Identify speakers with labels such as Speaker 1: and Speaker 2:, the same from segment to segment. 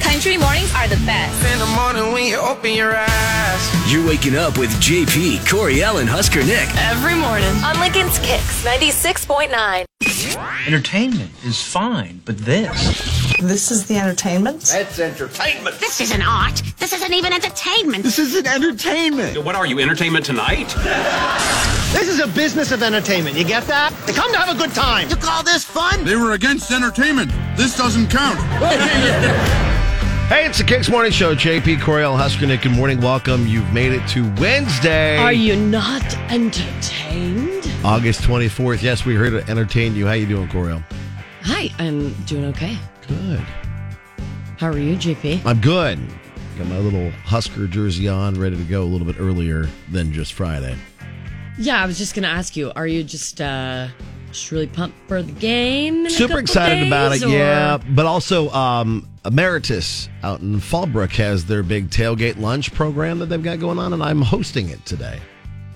Speaker 1: Country mornings are the best.
Speaker 2: In the morning when you open your eyes.
Speaker 3: You're waking up with JP, Coriel, and Husker Nick.
Speaker 4: Every morning.
Speaker 5: On Lincoln's Kicks 96.9.
Speaker 6: Entertainment is fine, but this.
Speaker 7: This is the entertainment.
Speaker 8: That's entertainment.
Speaker 9: This isn't art. This isn't even entertainment.
Speaker 8: This isn't entertainment.
Speaker 10: What are you, entertainment tonight?
Speaker 11: This is a business of entertainment. You get that? They come to have a good time.
Speaker 12: You call this fun?
Speaker 13: They were against entertainment. This doesn't count.
Speaker 14: hey, it's the Kicks Morning Show. JP Coriel Huskernick. Good morning. Welcome. You've made it to Wednesday.
Speaker 4: Are you not entertained?
Speaker 14: August 24th. Yes, we're here to entertain you. How you doing, Coriel?
Speaker 4: Hi, I'm doing okay.
Speaker 14: Good.
Speaker 4: How are you, GP?
Speaker 14: I'm good. Got my little Husker jersey on, ready to go a little bit earlier than just Friday.
Speaker 4: Yeah, I was just going to ask you, are you just uh just really pumped for the game?
Speaker 14: Super excited about it,
Speaker 4: or-
Speaker 14: yeah. But also, um, Emeritus out in Fallbrook has their big tailgate lunch program that they've got going on, and I'm hosting it today,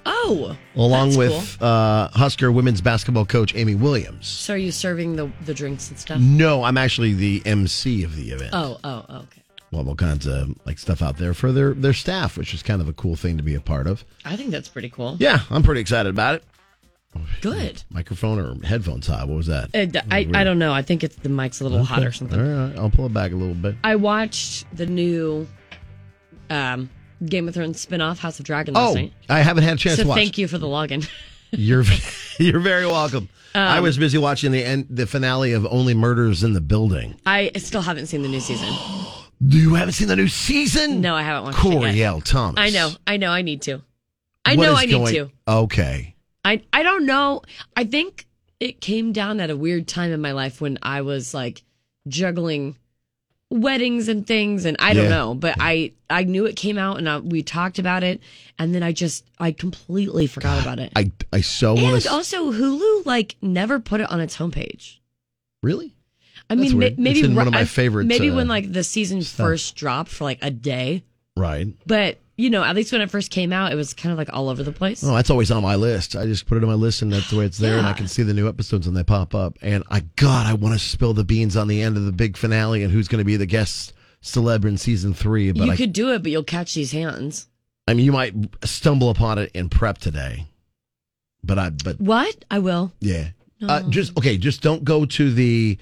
Speaker 4: Oh.
Speaker 14: along
Speaker 4: that's
Speaker 14: with
Speaker 4: cool.
Speaker 14: uh, Husker women's basketball coach Amy Williams.
Speaker 4: So are you serving the the drinks and stuff?
Speaker 14: No, I'm actually the MC of the event.
Speaker 4: Oh, oh, oh, okay.
Speaker 14: We'll have all kinds of like stuff out there for their their staff, which is kind of a cool thing to be a part of.
Speaker 4: I think that's pretty cool.
Speaker 14: Yeah, I'm pretty excited about it.
Speaker 4: Good.
Speaker 14: Microphone or headphones high? What was that?
Speaker 4: Uh, d- I, I don't know. I think it's the mic's a little hot or something.
Speaker 14: All right, I'll pull it back a little bit.
Speaker 4: I watched the new um, Game of Thrones spinoff, House of Dragon, last
Speaker 14: Oh,
Speaker 4: night.
Speaker 14: I haven't had a chance
Speaker 4: so
Speaker 14: to watch.
Speaker 4: thank you for the login.
Speaker 14: You're you're very welcome.
Speaker 4: Um,
Speaker 14: I was busy watching the end, the finale of Only Murders in the Building.
Speaker 4: I still haven't seen the new season.
Speaker 14: You haven't seen the new season?
Speaker 4: No, I haven't watched it
Speaker 14: Coriel
Speaker 4: yet.
Speaker 14: Hmm. Thomas.
Speaker 4: I know. I know. I need to. I
Speaker 14: What
Speaker 4: know
Speaker 14: is
Speaker 4: I need
Speaker 14: going-
Speaker 4: to.
Speaker 14: Okay.
Speaker 4: I I don't know. I think it came down at a weird time in my life when I was like juggling weddings and things and I don't
Speaker 14: Yeah.
Speaker 4: know, but I I knew it came out and I, we talked about it and then I just I completely forgot about it.
Speaker 14: I I so want
Speaker 4: and
Speaker 14: to
Speaker 4: also Hulu like never put it on its homepage.
Speaker 14: really.
Speaker 4: I
Speaker 14: That's
Speaker 4: mean, ma-
Speaker 14: weird. It's
Speaker 4: maybe
Speaker 14: in one of
Speaker 4: ri-
Speaker 14: my favorites,
Speaker 4: Maybe
Speaker 14: uh,
Speaker 4: when like the season
Speaker 14: stuff.
Speaker 4: first dropped for like a day,
Speaker 14: Right.
Speaker 4: but you know, at least when it first came out, it was kind of like all over the place.
Speaker 14: Oh, that's always on my list. I just put it on my list, and that's the way it's there, and I
Speaker 4: Yeah.
Speaker 14: can see the new episodes when they pop up. And I, God, I want to spill the beans on the end of the big finale and who's going to be the guest celeb in season three. But
Speaker 4: you
Speaker 14: I,
Speaker 4: could do it, but you'll catch these hands.
Speaker 14: I mean, you might stumble upon it in prep today. But I, but
Speaker 4: What? I will.
Speaker 14: yeah, uh, just okay. Just don't go to the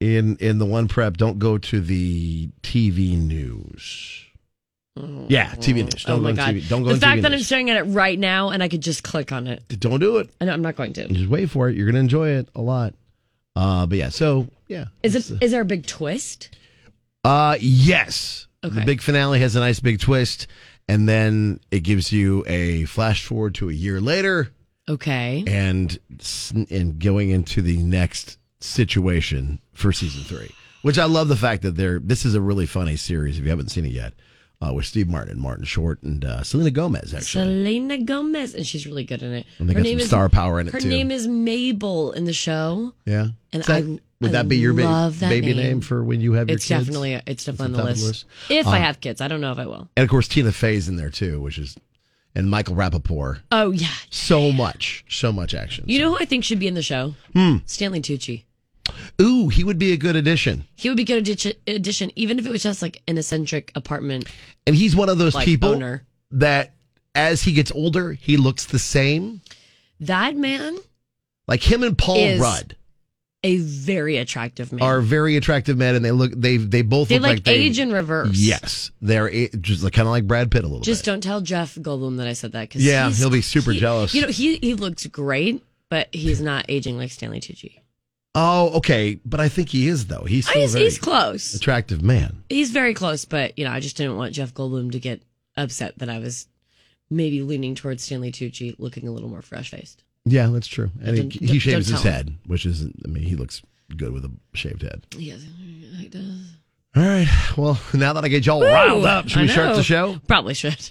Speaker 14: in in the one prep. Don't go to the TV news. Yeah, TV news. Don't
Speaker 4: oh
Speaker 14: go
Speaker 4: my
Speaker 14: to
Speaker 4: god!
Speaker 14: TV. Don't go
Speaker 4: the
Speaker 14: to
Speaker 4: fact
Speaker 14: TV
Speaker 4: that I'm
Speaker 14: news.
Speaker 4: staring at it right now and I could just click on it.
Speaker 14: Don't do it.
Speaker 4: I know I'm not going to.
Speaker 14: Just wait for it. You're gonna enjoy it a lot. Uh, but yeah, so yeah.
Speaker 4: Is it? Is there a big twist?
Speaker 14: Uh, yes. The
Speaker 4: Okay.
Speaker 14: big finale has a nice big twist, and then it gives you a flash forward to a year later,
Speaker 4: Okay.
Speaker 14: and s- and going into the next situation for season three. Which I love the fact that they're this is a really funny series if you haven't seen it yet, uh, with Steve Martin and Martin Short and uh, Selena Gomez actually.
Speaker 4: Selena Gomez, and she's really good in it.
Speaker 14: And they got some star power in it,
Speaker 4: her
Speaker 14: too.
Speaker 4: name is Mabel in the show.
Speaker 14: yeah,
Speaker 4: And
Speaker 14: Is that-
Speaker 4: I-
Speaker 14: would
Speaker 4: I
Speaker 14: that be your ba-
Speaker 4: love that
Speaker 14: baby name.
Speaker 4: name.
Speaker 14: for when you have your
Speaker 4: It's
Speaker 14: kids?
Speaker 4: definitely it's definitely on
Speaker 14: It's on top of
Speaker 4: the list.
Speaker 14: the
Speaker 4: If I
Speaker 14: Um,
Speaker 4: have kids, I don't know if I will.
Speaker 14: and of course Tina Fey's in there too, which is and Michael Rapaport.
Speaker 4: Oh yeah.
Speaker 14: So much, so much action.
Speaker 4: You know who I think should be in the show?
Speaker 14: Hmm.
Speaker 4: Stanley Tucci.
Speaker 14: Ooh, he would be a good addition.
Speaker 4: He would be good addi- addition, even if it was just like an eccentric apartment.
Speaker 14: And he's one of those
Speaker 4: Like
Speaker 14: people
Speaker 4: owner.
Speaker 14: that as he gets older, he looks the same.
Speaker 4: That man,
Speaker 14: Like him and Paul
Speaker 4: Is-
Speaker 14: Rudd
Speaker 4: a very attractive man.
Speaker 14: are very attractive men and they look they they both
Speaker 4: they
Speaker 14: look
Speaker 4: like,
Speaker 14: like, they
Speaker 4: age in reverse.
Speaker 14: Yes. They're a- just like, kind of like Brad Pitt a little
Speaker 4: Just
Speaker 14: bit.
Speaker 4: don't tell Jeff Goldblum that I said that because
Speaker 14: Yeah, he'll be super jealous.
Speaker 4: You know, he he looks great, but he's not aging like Stanley Tucci.
Speaker 14: oh, okay. But I think he is though. He's
Speaker 4: I
Speaker 14: still a
Speaker 4: just-
Speaker 14: very
Speaker 4: he's close.
Speaker 14: attractive man.
Speaker 4: He's very close, but you know, I just didn't want Jeff Goldblum to get upset that I was maybe leaning towards Stanley Tucci, looking a little more fresh faced.
Speaker 14: Yeah, that's true. And he,
Speaker 4: Don't-
Speaker 14: he
Speaker 4: don't-
Speaker 14: shaves
Speaker 4: don't
Speaker 14: his
Speaker 4: tell him.
Speaker 14: head, which is I mean, he looks good with a shaved head.
Speaker 4: Yes, he does.
Speaker 14: All right. Well, now that I get y'all riled up, should
Speaker 4: I
Speaker 14: we start the
Speaker 4: know.
Speaker 14: show?
Speaker 4: Probably should.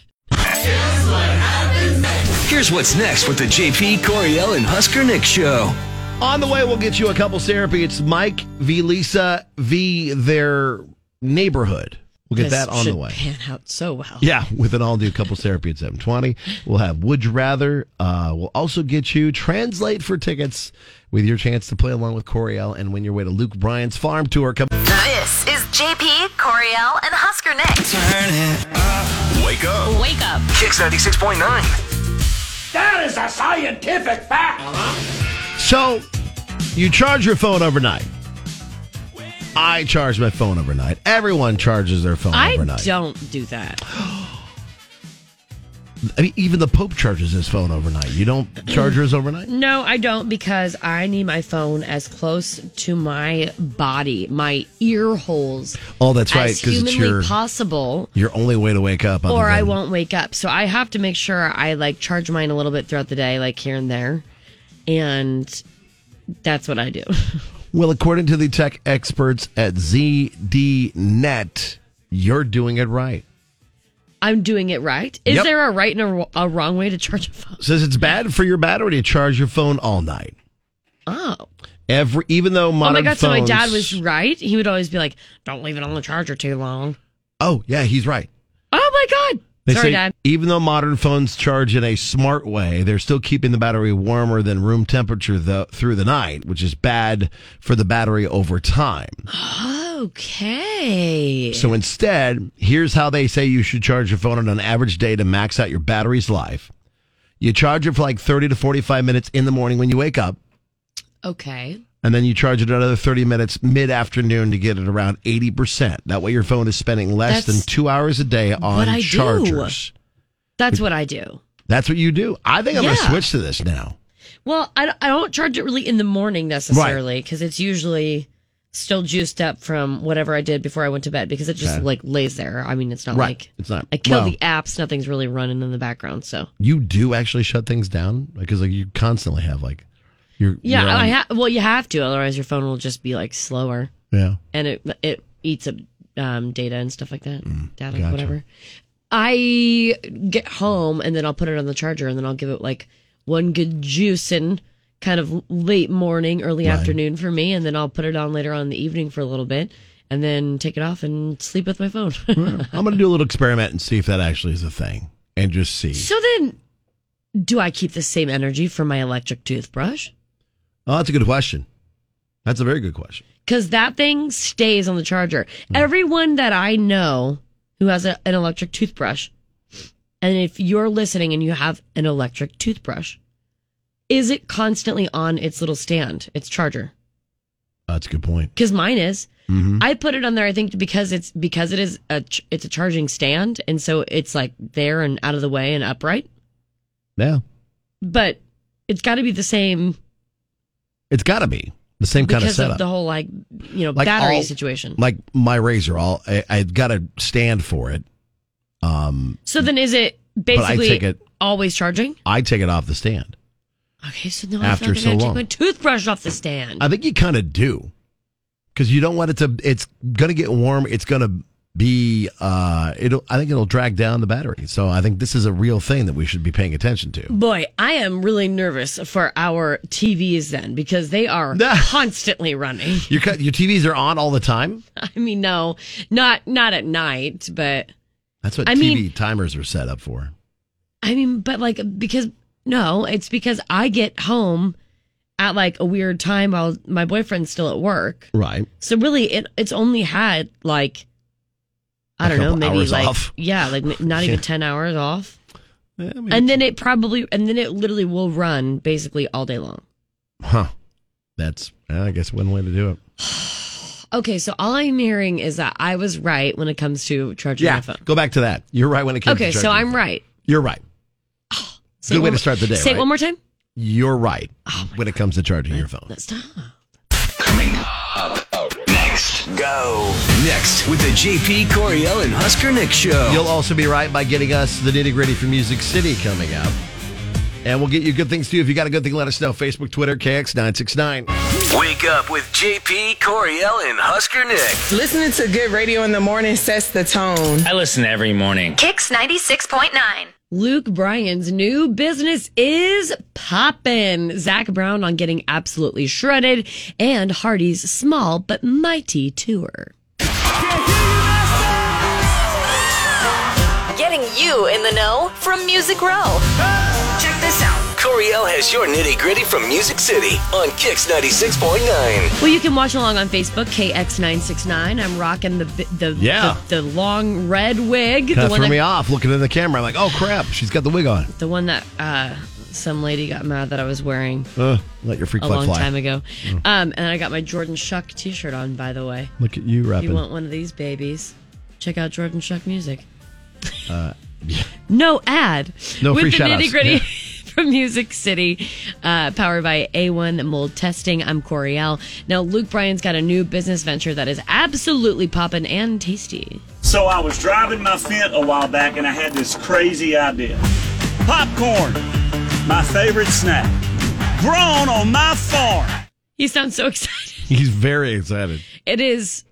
Speaker 3: Here's what's next with the JP, Coriel, and Husker Nick show.
Speaker 14: On the way, we'll get you a couples therapy. It's Mike v. Lisa v. their neighborhood. We'll get
Speaker 4: This
Speaker 14: that on the
Speaker 4: should
Speaker 14: way.
Speaker 4: Pan out so well.
Speaker 14: Yeah, with an all new couples therapy at 720. We'll have Would You Rather. Uh, we'll also get you Translate for tickets with your chance to play along with Coriel and win your way to Luke Bryan's farm tour. Come-
Speaker 5: This is JP, Coriel, and Husker next.
Speaker 2: Turn it up.
Speaker 3: Wake up.
Speaker 9: Wake up.
Speaker 3: Kicks 96.9.
Speaker 8: That is a scientific fact.
Speaker 14: So you charge your phone overnight. I charge my phone overnight. Everyone charges their phone
Speaker 4: I
Speaker 14: overnight.
Speaker 4: don't do that.
Speaker 14: I mean, even the Pope charges his phone overnight. You don't charge yours overnight?
Speaker 4: No, I don't because I need my phone as close to my body, my ear holes,
Speaker 14: Oh, that's right,
Speaker 4: as
Speaker 14: because it's
Speaker 4: humanly
Speaker 14: your
Speaker 4: possible,
Speaker 14: your only way to wake up. other
Speaker 4: or I
Speaker 14: than-
Speaker 4: won't wake up. So I have to make sure I like charge mine a little bit throughout the day, like here and there, and that's what I do.
Speaker 14: Well, according to the tech experts at ZDNet, you're doing it right.
Speaker 4: I'm doing it right. Is
Speaker 14: Yep.
Speaker 4: there a right and a, wr- a wrong way to charge a phone?
Speaker 14: Says it's bad for your battery to charge your phone all night.
Speaker 4: Oh,
Speaker 14: Every even though
Speaker 4: oh
Speaker 14: modern
Speaker 4: my god! So my dad
Speaker 14: phones-
Speaker 4: was right. He would always be like, "Don't leave it on the charger too long."
Speaker 14: Oh yeah, he's right.
Speaker 4: Oh my god!
Speaker 14: They
Speaker 4: Sorry,
Speaker 14: say
Speaker 4: dad.
Speaker 14: even though modern phones charge in a smart way, they're still keeping the battery warmer than room temperature tho- through the night, which is bad for the battery over time.
Speaker 4: Okay.
Speaker 14: So instead, here's how they say you should charge your phone on an average day to max out your battery's life. You charge it for like 30 to 45 minutes in the morning when you wake up,
Speaker 4: Okay.
Speaker 14: and then you charge it another 30 minutes mid afternoon to get it around 80%. That way, your phone is spending less
Speaker 4: That's
Speaker 14: than two hours a day on
Speaker 4: I do.
Speaker 14: chargers.
Speaker 4: That's what I do.
Speaker 14: That's what you do. I think I'm going to
Speaker 4: Yeah.
Speaker 14: switch to this now.
Speaker 4: Well, I, I don't charge it really in the morning necessarily because it's usually still juiced up from whatever I did before I went to bed because it just
Speaker 14: Okay.
Speaker 4: like lays there. I mean, it's not
Speaker 14: Right.
Speaker 4: like
Speaker 14: It's not-
Speaker 4: I kill
Speaker 14: well-
Speaker 4: the apps. Nothing's really running in the background. So
Speaker 14: You do actually shut things down because like you constantly have like your
Speaker 4: yeah,
Speaker 14: your own-
Speaker 4: I ha- well, you have to, otherwise your phone will just be like slower
Speaker 14: yeah.
Speaker 4: and it it eats up um, data and stuff like that, data
Speaker 14: gotcha.
Speaker 4: whatever. I get home and then I'll put it on the charger and then I'll give it like one good juicing kind of late morning, early afternoon for me, and then I'll put it on later on in the evening for a little bit and then take it off and sleep with my phone.
Speaker 14: I'm going to do a little experiment and see if that actually is a thing and just see.
Speaker 4: so then, do I keep the same energy for my electric toothbrush?
Speaker 14: Oh, that's a good question. That's a very good question.
Speaker 4: because that thing stays on the charger. Everyone that I know who has a, an electric toothbrush, and if you're listening and you have an electric toothbrush, is it constantly on its little stand, its charger?
Speaker 14: That's a good point.
Speaker 4: Because mine is.
Speaker 14: Mm-hmm.
Speaker 4: I put it on there, I think, because it's because it is a ch- it's a charging stand, and so it's like there and out of the way and upright.
Speaker 14: Yeah,
Speaker 4: But it's got to be the same
Speaker 14: it's got to be the same kind of
Speaker 4: because
Speaker 14: setup.
Speaker 4: of the whole like you know
Speaker 14: Like
Speaker 4: battery
Speaker 14: all-
Speaker 4: situation.
Speaker 14: like my razor, all I, I've got to stand for it.
Speaker 4: so then, is it
Speaker 14: I
Speaker 4: basically
Speaker 14: take it-
Speaker 4: always charging?
Speaker 14: I take it off the stand.
Speaker 4: Okay, so now
Speaker 14: After
Speaker 4: I feel
Speaker 14: so
Speaker 4: like I gotta
Speaker 14: long.
Speaker 4: take my toothbrush off the stand.
Speaker 14: I think you kind of do because you don't want it to. It's gonna get warm. It's gonna be. Uh, it'll. I think it'll drag down the battery. So I think this is a real thing that we should be paying attention to.
Speaker 4: Boy, I am really nervous for our TVs then because they are constantly running.
Speaker 14: Your cut- your TVs are on all the time.
Speaker 4: I mean, no, not not at night, but
Speaker 14: That's what
Speaker 4: I
Speaker 14: TV
Speaker 4: mean-
Speaker 14: timers are set up for.
Speaker 4: I mean, but like because no, it's because I get home at like a weird time while my boyfriend's still at work.
Speaker 14: Right.
Speaker 4: So really, it it's only had like I
Speaker 14: A
Speaker 4: don't know,
Speaker 14: couple
Speaker 4: maybe
Speaker 14: hours
Speaker 4: like
Speaker 14: off.
Speaker 4: yeah, like m- not even
Speaker 14: Yeah.
Speaker 4: ten hours off.
Speaker 14: Yeah, I mean,
Speaker 4: and then it probably and then it literally will run basically all day long
Speaker 14: huh. That's uh, I guess one way to do it.
Speaker 4: okay so all i'm hearing is that i was right when it comes to charging my phone
Speaker 14: Go back to that. You're right when it comes
Speaker 4: okay
Speaker 14: to
Speaker 4: so
Speaker 14: charging.
Speaker 4: i'm right
Speaker 14: You're right.
Speaker 4: say
Speaker 14: Good way
Speaker 4: it one
Speaker 14: to
Speaker 4: mo-
Speaker 14: start the day,
Speaker 4: say
Speaker 14: right?
Speaker 4: it one more time
Speaker 14: You're right
Speaker 4: Oh
Speaker 14: when it comes to charging your phone.
Speaker 4: stop
Speaker 3: Go. Next with the JP Coriel and Husker Nick show.
Speaker 14: You'll also be right by getting us the nitty gritty from Music City coming up. And we'll get you good things too. If you got a good thing, let us know. Facebook, Twitter, KX969.
Speaker 3: Wake up with JP Coriel and Husker Nick.
Speaker 1: Listening to good radio in the morning sets the tone.
Speaker 10: I listen every morning.
Speaker 5: Kicks 96.9.
Speaker 4: luke bryan's new business is poppin' zach brown on getting absolutely shredded and hardy's small but mighty tour
Speaker 5: Getting you in the know from Music Row. Check this out.
Speaker 3: Coriel has your nitty gritty from Music City on Kix 96.9.
Speaker 4: Well, you can watch along on Facebook, KX969. I'm rocking the bi- the
Speaker 14: Yeah.
Speaker 4: the, the long red wig.
Speaker 14: Kind
Speaker 4: the
Speaker 14: of threw
Speaker 4: that,
Speaker 14: me off looking in the camera. I'm like, oh crap, she's got the wig on.
Speaker 4: The one that uh, some lady got mad that I was wearing
Speaker 14: Uh, let your freak
Speaker 4: a
Speaker 14: flag
Speaker 4: long
Speaker 14: fly. Mm.
Speaker 4: time ago. Um, and I got my Jordan Shuck t shirt on, by the way.
Speaker 14: Look at you rapping.
Speaker 4: You want one of these babies? Check out Jordan Shuck music.
Speaker 14: uh, yeah.
Speaker 4: No ad.
Speaker 14: No
Speaker 4: With
Speaker 14: free
Speaker 4: the
Speaker 14: shout-outs.
Speaker 4: nitty gritty
Speaker 14: Yeah.
Speaker 4: from Music City, uh, powered by A1 Mold Testing. I'm Coriel. Now, Luke Bryan's got a new business venture that is absolutely poppin' and tasty.
Speaker 10: So I was driving my Fent a while back and I had this crazy idea. Popcorn, my favorite snack, grown on my farm.
Speaker 4: He sounds so excited.
Speaker 14: He's very excited.
Speaker 4: It is,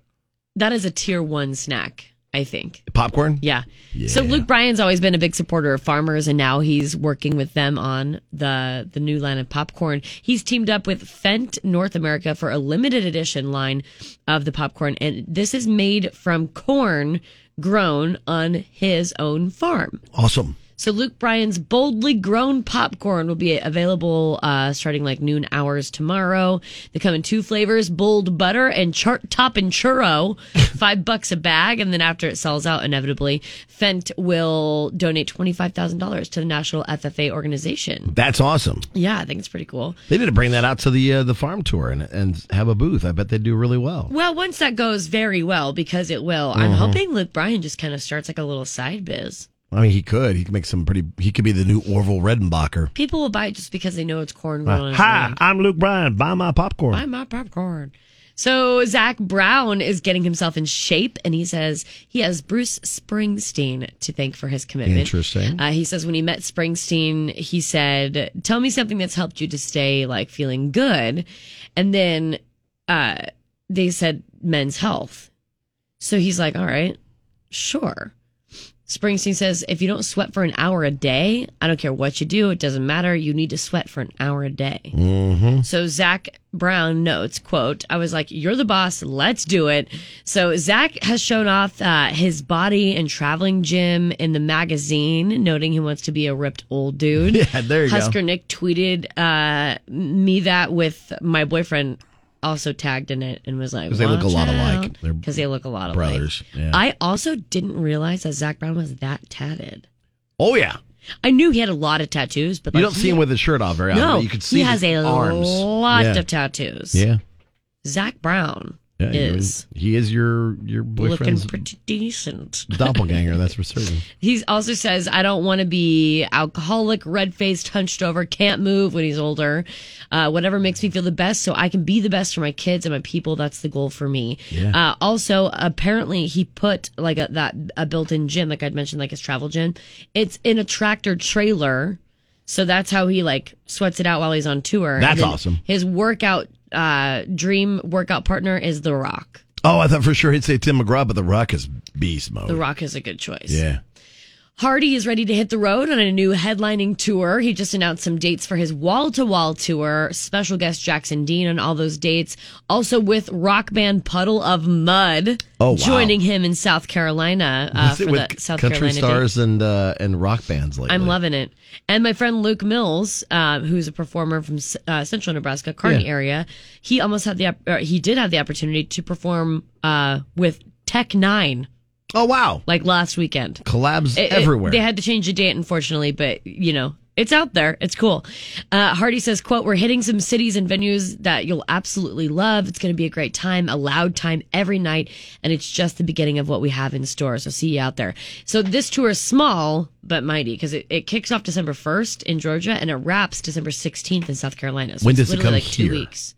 Speaker 4: that is a tier one snack, I think.
Speaker 14: Popcorn?
Speaker 4: Yeah. So Luke Bryan's always been a big supporter of farmers, and now he's working with them on the the new line of popcorn. He's teamed up with Fent North America for a limited edition line of the popcorn, and this is made from corn grown on his own farm.
Speaker 14: Awesome.
Speaker 4: So Luke Bryan's boldly grown popcorn will be available uh, starting like noon hours tomorrow. They come in two flavors: bold butter and chart top and churro, five bucks a bag. And then after it sells out, inevitably, Fent will donate twenty five thousand dollars to the National FFA organization.
Speaker 14: That's awesome.
Speaker 4: Yeah, I think it's pretty cool.
Speaker 14: They need to bring that out to the uh, the farm tour and and have a booth. I bet they do really well.
Speaker 4: Well, once that goes very well, because it will, I'm
Speaker 14: Mhm.
Speaker 4: hoping Luke Bryan just kind of starts like a little side biz.
Speaker 14: I mean, he could. He could make some pretty. He could be the new Orville Redenbacher.
Speaker 4: People will buy it just because they know it's corn grown. on
Speaker 14: Uh,
Speaker 4: his
Speaker 14: Hi, I'm Luke Bryan. Buy my popcorn.
Speaker 4: Buy my popcorn. So Zach Brown is getting himself in shape, and he says he has Bruce Springsteen to thank for his commitment.
Speaker 14: Interesting.
Speaker 4: Uh, he says when he met Springsteen, he said, "Tell me something that's helped you to stay like feeling good," and then uh, they said men's health. So he's like, "All right, sure." Springsteen says, "If you don't sweat for an hour a day, I don't care what you do; it doesn't matter. You need to sweat for an hour a day."
Speaker 14: Mm-hmm.
Speaker 4: So Zach Brown notes, quote, I was like, you're the boss. Let's do it. So Zach has shown off uh, his body and traveling gym in the magazine, noting he wants to be a ripped old dude.
Speaker 14: Yeah, there you go.
Speaker 4: Husker Nick tweeted uh, me that with my boyfriend also tagged in it and was like,
Speaker 14: Because they look a lot alike. They're
Speaker 4: Because they look a lot alike.
Speaker 14: brothers. Yeah.
Speaker 4: I also didn't realize that Zach Brown was that tatted.
Speaker 14: oh yeah.
Speaker 4: I knew he had a lot of tattoos, but
Speaker 14: You
Speaker 4: like,
Speaker 14: don't see him
Speaker 4: he-
Speaker 14: with his shirt off very often.
Speaker 4: no,
Speaker 14: but you could see
Speaker 4: he has
Speaker 14: his
Speaker 4: a
Speaker 14: arms.
Speaker 4: lot
Speaker 14: Yeah.
Speaker 4: of tattoos.
Speaker 14: Yeah.
Speaker 4: Zach Brown
Speaker 14: Yeah, he
Speaker 4: is
Speaker 14: he is your your
Speaker 4: looking
Speaker 14: boyfriend's
Speaker 4: pretty decent.
Speaker 14: doppelganger. That's for certain.
Speaker 4: He also says, I don't want to be alcoholic, red faced, hunched over, can't move when he's older. Uh, whatever makes me feel the best so I can be the best for my kids and my people. That's the goal for me.
Speaker 12: Yeah.
Speaker 4: Uh, also, apparently, he put like a, that a built in gym, like I'd mentioned, like his travel gym. It's in a tractor trailer. So that's how he like sweats it out while he's on tour. And
Speaker 14: That's
Speaker 4: then
Speaker 14: awesome.
Speaker 4: His workout, uh, dream workout partner is The Rock.
Speaker 14: Oh, I thought for sure he'd say Tim McGraw, but The Rock is beast mode.
Speaker 4: The Rock is a good choice.
Speaker 14: Yeah.
Speaker 4: Hardy is ready to hit the road on a new headlining tour. He just announced some dates for his wall to wall tour. Special guest Jackson Dean on all those dates. Also with rock band Puddle of Mud.
Speaker 14: Oh, wow.
Speaker 4: Joining him in South Carolina uh,
Speaker 14: That's it
Speaker 4: for
Speaker 14: with
Speaker 4: the South
Speaker 14: country
Speaker 4: Carolina date.
Speaker 14: stars and uh, and rock bands lately.
Speaker 4: I'm loving it. And my friend Luke Mills, uh, who's a performer from uh, Central Nebraska, Kearney
Speaker 14: Yeah.
Speaker 4: area, he almost had the op- or he did have the opportunity to perform uh, with Tech Nine.
Speaker 14: Oh wow!
Speaker 4: Like last weekend,
Speaker 14: collabs
Speaker 4: It- it-
Speaker 14: everywhere.
Speaker 4: they had to change the date, unfortunately, but you know. It's out there. It's cool. Uh, Hardy says, quote, we're hitting some cities and venues that you'll absolutely love. It's going to be a great time, a loud time every night. And it's just the beginning of what we have in store. So see you out there. So this tour is small, but mighty because it, it kicks off December 1st in Georgia and it wraps December 16th in South Carolina. So
Speaker 14: When
Speaker 4: it's
Speaker 14: does it
Speaker 4: literally
Speaker 14: come
Speaker 4: like
Speaker 14: here?
Speaker 4: two weeks.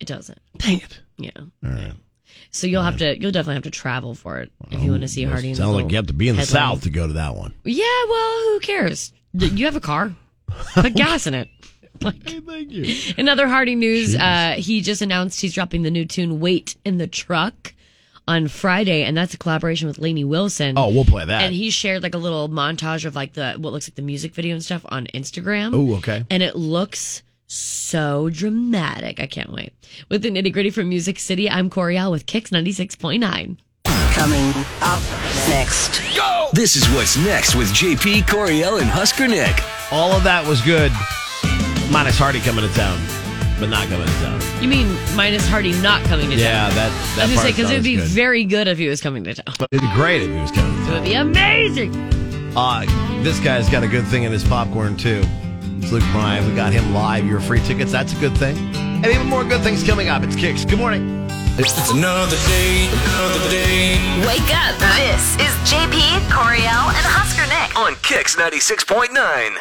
Speaker 4: It doesn't.
Speaker 14: Dang it.
Speaker 4: Yeah.
Speaker 14: All right.
Speaker 4: So you'll have to, you'll definitely have to travel for it if you want to see
Speaker 14: Well,
Speaker 4: Hardy. in
Speaker 14: Sounds
Speaker 4: the
Speaker 14: like you have to be in the
Speaker 4: little headline.
Speaker 14: South to go to that one.
Speaker 4: Yeah, well, who cares? D- You have a car. Put gas in it. Like,
Speaker 14: thank you.
Speaker 4: In other Hardy news, uh, he just announced he's dropping the new tune "Wait in the Truck" on Friday, and that's a collaboration with Lainey Wilson.
Speaker 14: Oh, we'll play that.
Speaker 4: And he shared like a little montage of like the what looks like the music video and stuff on Instagram.
Speaker 14: Oh, okay.
Speaker 4: And it looks so dramatic. I can't wait. With the nitty gritty from Music City, I'm Coriel with Kicks ninety six point nine.
Speaker 3: Coming up next. Go! This is what's next with JP Coriel and Husker Nick.
Speaker 14: All of that was good. Minus Hardy coming to town, but not coming to town.
Speaker 4: You mean minus Hardy not coming to
Speaker 14: Yeah, that-
Speaker 4: town?
Speaker 14: that
Speaker 4: I was gonna say
Speaker 14: part's
Speaker 4: because
Speaker 14: not
Speaker 4: it would
Speaker 14: as
Speaker 4: be
Speaker 14: good.
Speaker 4: very good if he was coming to town.
Speaker 14: It'd be great if he was coming to
Speaker 4: It
Speaker 14: town.
Speaker 4: would be amazing.
Speaker 14: Uh, this guy's got a good thing in his popcorn, too. It's Luke Bryan. We got him live. Your free tickets. That's a good thing. And even more good things coming up. It's Kicks. Good morning. It's another day, another day.
Speaker 5: Wake up. This is JP, Coriel, and Husker Nick.
Speaker 3: On Kicks 96.9.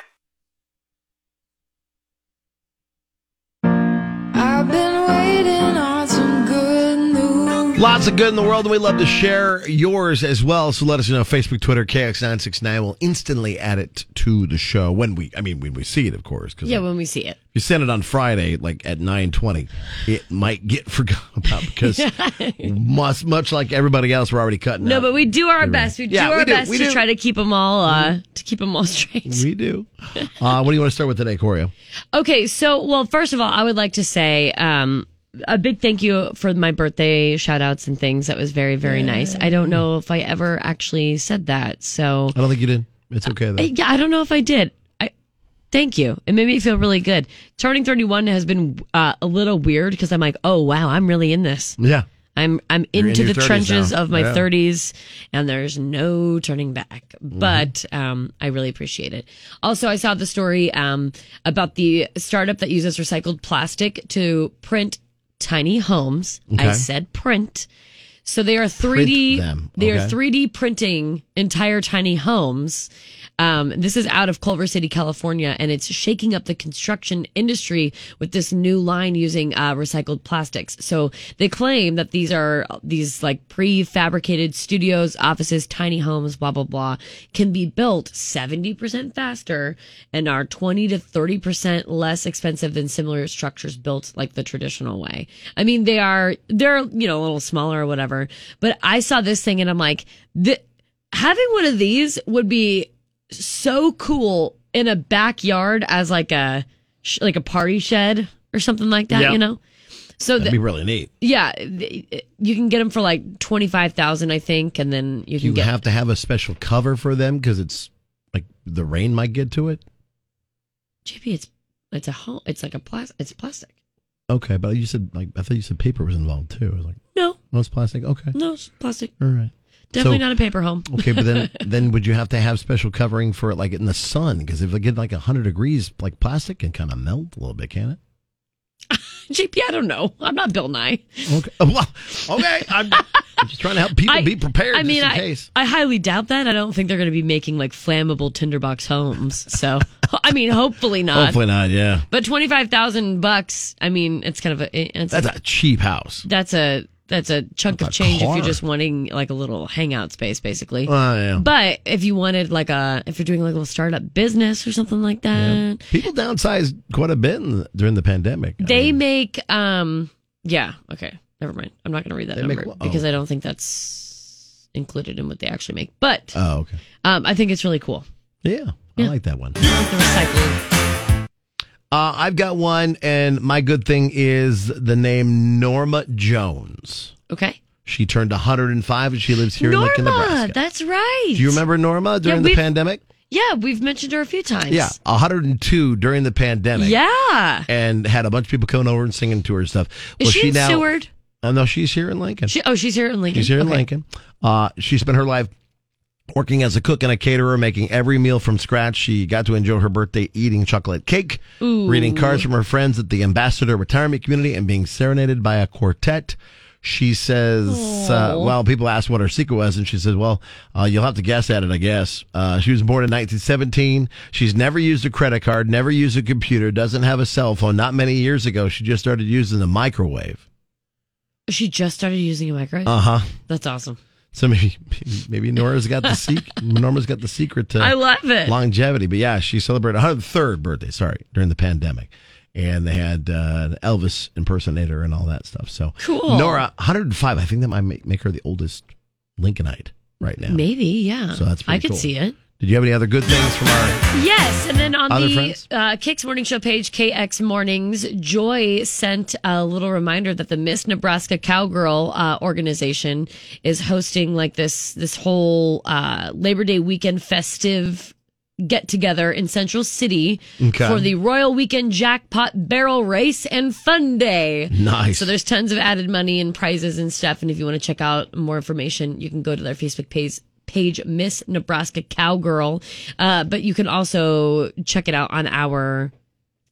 Speaker 12: I've been waiting on some good news.
Speaker 14: Lots of good in the world, and we love to share yours as well. So let us know. Facebook, Twitter, KX969. We'll instantly add it to the show when we, I mean, when we see it, of course. Cause
Speaker 4: Yeah, when we see it.
Speaker 14: if you send it on Friday, like at 920, it might get forgotten about because must, much like everybody else, we're already cutting
Speaker 4: No,
Speaker 14: out.
Speaker 4: but we do our best. We
Speaker 14: Yeah,
Speaker 4: do our
Speaker 14: we do,
Speaker 4: best
Speaker 14: we
Speaker 4: to
Speaker 14: do. Mm-hmm.
Speaker 4: try to keep them all uh, to keep them all straight.
Speaker 14: We do. Uh, what do you want to start with today, Corio?
Speaker 4: Okay, so well, first of all, I would like to say um, a big thank you for my birthday shout outs and things. That was very, very nice. I don't know if I ever actually said that. So
Speaker 14: I don't think you did. It's okay,
Speaker 4: I,
Speaker 14: though.
Speaker 4: yeah, I don't know if I did. I thank you. It made me feel really good. Turning 31 has been uh, a little weird because I'm like, oh wow, I'm really in this.
Speaker 14: Yeah.
Speaker 4: I'm I'm
Speaker 14: You're in
Speaker 4: into
Speaker 14: your
Speaker 4: the
Speaker 14: 30s
Speaker 4: trenches
Speaker 14: now.
Speaker 4: of my
Speaker 14: Yeah.
Speaker 4: 30s, and there's no turning back.
Speaker 14: Mm-hmm.
Speaker 4: But um, I really appreciate it. Also, I saw the story um, about the startup that uses recycled plastic to print tiny homes. I
Speaker 15: Okay.
Speaker 4: said print. So they are 3D.
Speaker 15: them.
Speaker 4: They are
Speaker 15: Okay.
Speaker 4: 3D printing entire tiny homes. Um, this is out of Culver City, California, and it's shaking up the construction industry with this new line using uh, recycled plastics. So they claim that these are these like prefabricated studios, offices, tiny homes, blah blah blah, can be built seventy percent faster and are twenty to thirty percent less expensive than similar structures built like the traditional way. I mean, they are they're you know a little smaller or whatever, but I saw this thing and I'm like, th- having one of these would be so cool in a backyard as like a sh- like a party shed or something like that,
Speaker 14: Yeah.
Speaker 4: you know. So
Speaker 14: That'd
Speaker 4: the,
Speaker 14: be really neat.
Speaker 4: yeah, th- you can get them for like twenty five thousand, I think, and then you
Speaker 14: Do
Speaker 4: can
Speaker 14: you
Speaker 4: get
Speaker 14: have to have a special cover for them because it's like the rain might get to it?
Speaker 4: JP. It's it's a home. It's like a plastic. It's plastic.
Speaker 14: Okay, but you said like I thought you said paper was involved too. I was like,
Speaker 4: No,
Speaker 14: no, it's plastic. Okay,
Speaker 4: no, it's plastic.
Speaker 14: all right.
Speaker 4: Definitely
Speaker 14: So-
Speaker 4: not a paper home.
Speaker 14: okay, but then then would you have to have special covering for it, like in the sun? Because if it get like hundred degrees, like plastic can kind of melt a little bit, can it?
Speaker 4: JP, I don't know. I'm not Bill Nye.
Speaker 14: Okay, well, okay. I'm, I'm just trying to help people be prepared.
Speaker 4: I mean,
Speaker 14: just in
Speaker 4: I,
Speaker 14: case.
Speaker 4: I highly doubt that. I don't think they're going to be making like flammable tinderbox homes. So, I mean, hopefully not.
Speaker 14: Hopefully not. Yeah,
Speaker 4: But twenty five thousand bucks. I mean, it's kind of a it's
Speaker 14: that's a cheap house.
Speaker 4: that's a that's a chunk
Speaker 14: a
Speaker 4: of change if
Speaker 14: car.
Speaker 4: you're just wanting like a little hangout space, basically.
Speaker 14: Oh, yeah.
Speaker 4: But if you wanted like a if you're doing like a little startup business or something like that,
Speaker 14: People downsized quite a bit in the, during the pandemic.
Speaker 4: they make um yeah okay never mind. I'm not going to read that
Speaker 14: They make
Speaker 4: number
Speaker 14: what? Oh.
Speaker 4: because I don't think that's included in what they actually make. But
Speaker 14: Oh, okay.
Speaker 4: um, I think it's really cool.
Speaker 14: Yeah, I like that one.
Speaker 4: The recycling.
Speaker 14: Uh, I've got one, and my good thing is the name Norma Jones.
Speaker 4: Okay.
Speaker 14: She turned 105, and she lives here in Lincoln,
Speaker 4: Norma,
Speaker 14: Nebraska.
Speaker 4: that's right.
Speaker 14: Do you remember Norma during the
Speaker 4: we've-
Speaker 14: pandemic?
Speaker 4: Yeah, we've mentioned her a few times.
Speaker 14: Yeah, 102 during the pandemic.
Speaker 4: Yeah.
Speaker 14: and had a bunch of people coming over and singing to her and stuff.
Speaker 4: Is
Speaker 14: Well,
Speaker 4: she, in
Speaker 14: now,
Speaker 4: Seward?
Speaker 14: Uh, no, she's here in Lincoln.
Speaker 4: She, oh, she's here in Lincoln.
Speaker 14: She's here in
Speaker 4: Okay.
Speaker 14: Lincoln. Uh, she spent her life working as a cook and a caterer, making every meal from scratch. She got to enjoy her birthday eating chocolate cake,
Speaker 16: Ooh.
Speaker 14: reading cards from her friends at the Ambassador Retirement Community, and being serenaded by a quartet. She says, uh,
Speaker 16: Aw.
Speaker 14: well, people asked what her secret was, and she says, well, uh, you'll have to guess at it, I guess. Uh, she was born in 1917. She's never used a credit card, never used a computer, doesn't have a cell phone. Not many years ago, she just started using the microwave.
Speaker 4: She just started using a microwave.
Speaker 14: Uh huh.
Speaker 4: That's awesome.
Speaker 14: So maybe maybe Nora's got the secret. Norma's got the secret to
Speaker 4: I love it.
Speaker 14: longevity. But yeah, she celebrated her 103rd birthday. Sorry, during the pandemic, and they had uh, an Elvis impersonator and all that stuff. So
Speaker 4: Cool.
Speaker 14: Nora, 105. I think that might make, make her the oldest Lincolnite right now.
Speaker 4: Maybe, yeah.
Speaker 14: So that's pretty
Speaker 4: I could
Speaker 14: cool.
Speaker 4: see it.
Speaker 14: Did you have any other good things from our?
Speaker 4: Yes, and then on
Speaker 14: Other
Speaker 4: the
Speaker 14: friends?
Speaker 4: uh, Kicks Morning Show page, KX Mornings, Joy sent a little reminder that the Miss Nebraska Cowgirl uh, organization is hosting like this this whole uh, Labor Day weekend festive get together in Central City
Speaker 14: Okay.
Speaker 4: for the Royal Weekend Jackpot Barrel Race and Fun Day.
Speaker 14: Nice.
Speaker 4: So there's tons of added money and prizes and stuff. And if you want to check out more information, you can go to their Facebook page. Page Miss Nebraska Cowgirl, uh, but you can also check it out on our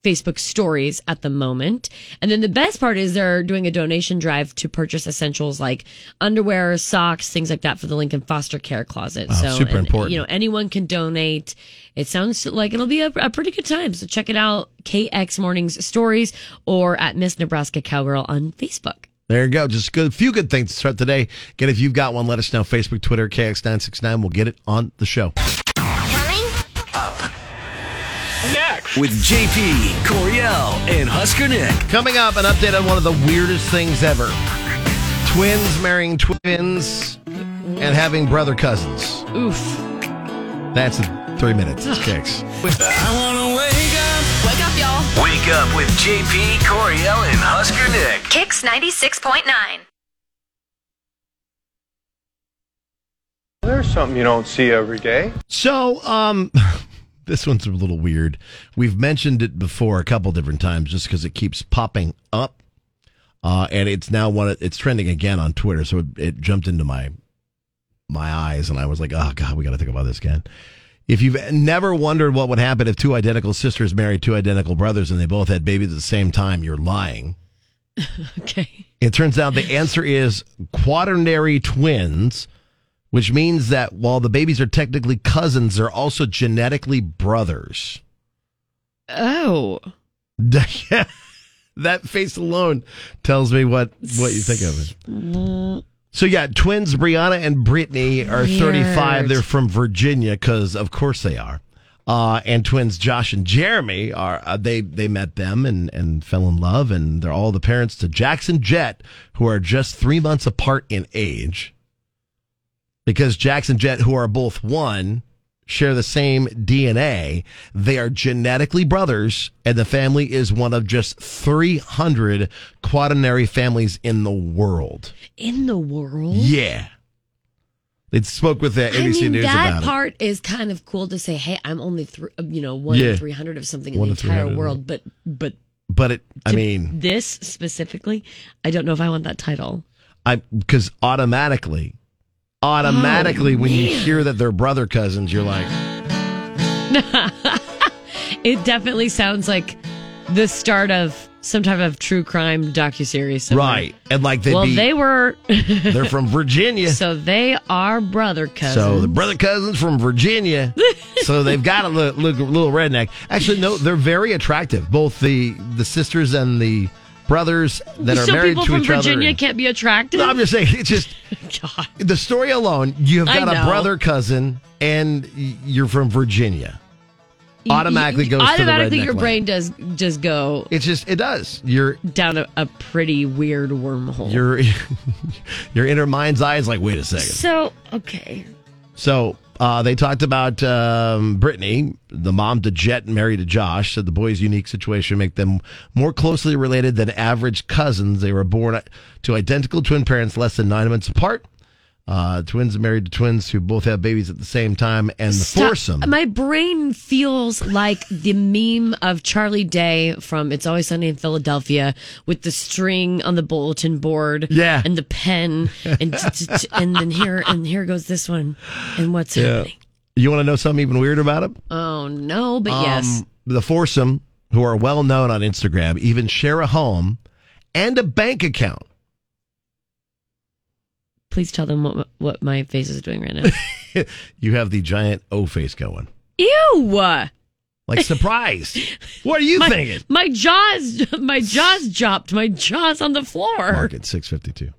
Speaker 4: Facebook stories at the moment. And then the best part is they're doing a donation drive to purchase essentials like underwear, socks, things like that for the Lincoln Foster Care Closet.
Speaker 14: Wow,
Speaker 4: so,
Speaker 14: super
Speaker 4: and,
Speaker 14: important.
Speaker 4: you know, anyone can donate. It sounds like it'll be a, a pretty good time. So check it out, KX Mornings Stories or at Miss Nebraska Cowgirl on Facebook.
Speaker 14: There you go. Just good, few good things to start the day. Again, if you've got one, let us know. Facebook, Twitter, KX969. We'll get it on the show.
Speaker 3: Next. With JP, Coriel, and Husker Nick.
Speaker 14: Coming up, an update on one of the weirdest things ever twins marrying twins and having brother cousins.
Speaker 4: Oof.
Speaker 14: That's in three minutes. It's KX.
Speaker 3: I wanna wake up.
Speaker 5: Wake up, y'all.
Speaker 3: Wake up with JP, Coriel, and Husker Nick.
Speaker 5: Kicks 96.9.
Speaker 15: There's something you don't see every day.
Speaker 14: So, um, this one's a little weird. We've mentioned it before a couple different times just because it keeps popping up. Uh, and it's now one, it's trending again on Twitter. So it, it jumped into my, my eyes and I was like, oh God, we got to think about this again. If you've never wondered what would happen if two identical sisters married two identical brothers and they both had babies at the same time, you're lying.
Speaker 4: Okay.
Speaker 14: It turns out the answer is quaternary twins, which means that while the babies are technically cousins, they're also genetically brothers.
Speaker 4: Oh.
Speaker 14: that face alone tells me what, what you think of it. So yeah, twins Brianna and Brittany are
Speaker 16: Weird.
Speaker 14: 35. They're from Virginia because of course they are. Uh, and twins Josh and Jeremy are uh, they they met them and and fell in love and they're all the parents to Jackson Jet who are just 3 months apart in age. Because Jackson Jet who are both one share the same DNA. They are genetically brothers and the family is one of just 300 quaternary families in the world.
Speaker 4: In the world?
Speaker 14: Yeah. They spoke with the
Speaker 4: I
Speaker 14: ABC
Speaker 4: mean,
Speaker 14: News
Speaker 4: that
Speaker 14: about
Speaker 4: part is kind of cool to say, hey, I'm only, thr uh, you know, one
Speaker 14: Yeah.
Speaker 4: in 300 of something in
Speaker 14: One
Speaker 4: the
Speaker 14: in
Speaker 4: entire
Speaker 14: 300.
Speaker 4: world. But, but
Speaker 14: it. But it, I mean,
Speaker 4: this specifically, I don't know if I want that title.
Speaker 14: I because automatically, automatically,
Speaker 4: Oh,
Speaker 14: when you
Speaker 4: man.
Speaker 14: hear that they're brother cousins, you're like,
Speaker 4: It definitely sounds like the start of some type of true crime docuseries. somewhere.
Speaker 14: right, and like they
Speaker 4: well,
Speaker 14: be,
Speaker 4: they were.
Speaker 14: they're from Virginia,
Speaker 4: so they are brother cousins.
Speaker 14: so the brother cousins from Virginia, so they've got a look, look a little redneck. Actually, no, they're very attractive, both the the sisters and the brothers that are
Speaker 4: so
Speaker 14: married
Speaker 4: people
Speaker 14: to
Speaker 4: from
Speaker 14: each
Speaker 4: Virginia
Speaker 14: other.
Speaker 4: can't be attractive.
Speaker 14: No, I'm just saying, it's just the story alone. You
Speaker 4: I
Speaker 14: have got
Speaker 4: know.
Speaker 14: a brother cousin, and y- you're from Virginia.
Speaker 4: You-
Speaker 14: Automatically
Speaker 4: you-
Speaker 14: goes
Speaker 4: automatically
Speaker 14: to the redneck
Speaker 4: your
Speaker 14: lane.
Speaker 4: brain does just go.
Speaker 14: It's just it does. You're
Speaker 4: down a, a pretty weird wormhole.
Speaker 14: Your your inner mind's eye is like, wait a second.
Speaker 4: so okay.
Speaker 14: So uh, they talked about um, Brittany, the mom to Jet, and married to Josh. Said the boys' unique situation make them more closely related than average cousins. They were born to identical twin parents, less than nine months apart. Uh, twins married to twins who both have babies at the same time, and the
Speaker 4: Stop.
Speaker 14: foursome.
Speaker 4: My brain feels like the meme of Charlie Day from It's Always Sunny in Philadelphia with the string on the bulletin board,
Speaker 14: Yeah.
Speaker 4: and the pen, and t- t- t- and then here and here goes this one, and what's
Speaker 14: Yeah.
Speaker 4: happening?
Speaker 14: You want to know something even weirder about it?
Speaker 4: Oh no, but yes,
Speaker 14: Um, The foursome, who are well known on Instagram, even share a home and a bank account.
Speaker 4: please tell them what what my face is doing right now.
Speaker 14: You have the giant O face going.
Speaker 4: Ew.
Speaker 14: Like surprised. what are you
Speaker 4: my,
Speaker 14: thinking?
Speaker 4: My jaws, my jaws dropped. My jaws on the floor.
Speaker 14: Mark at six fifty two.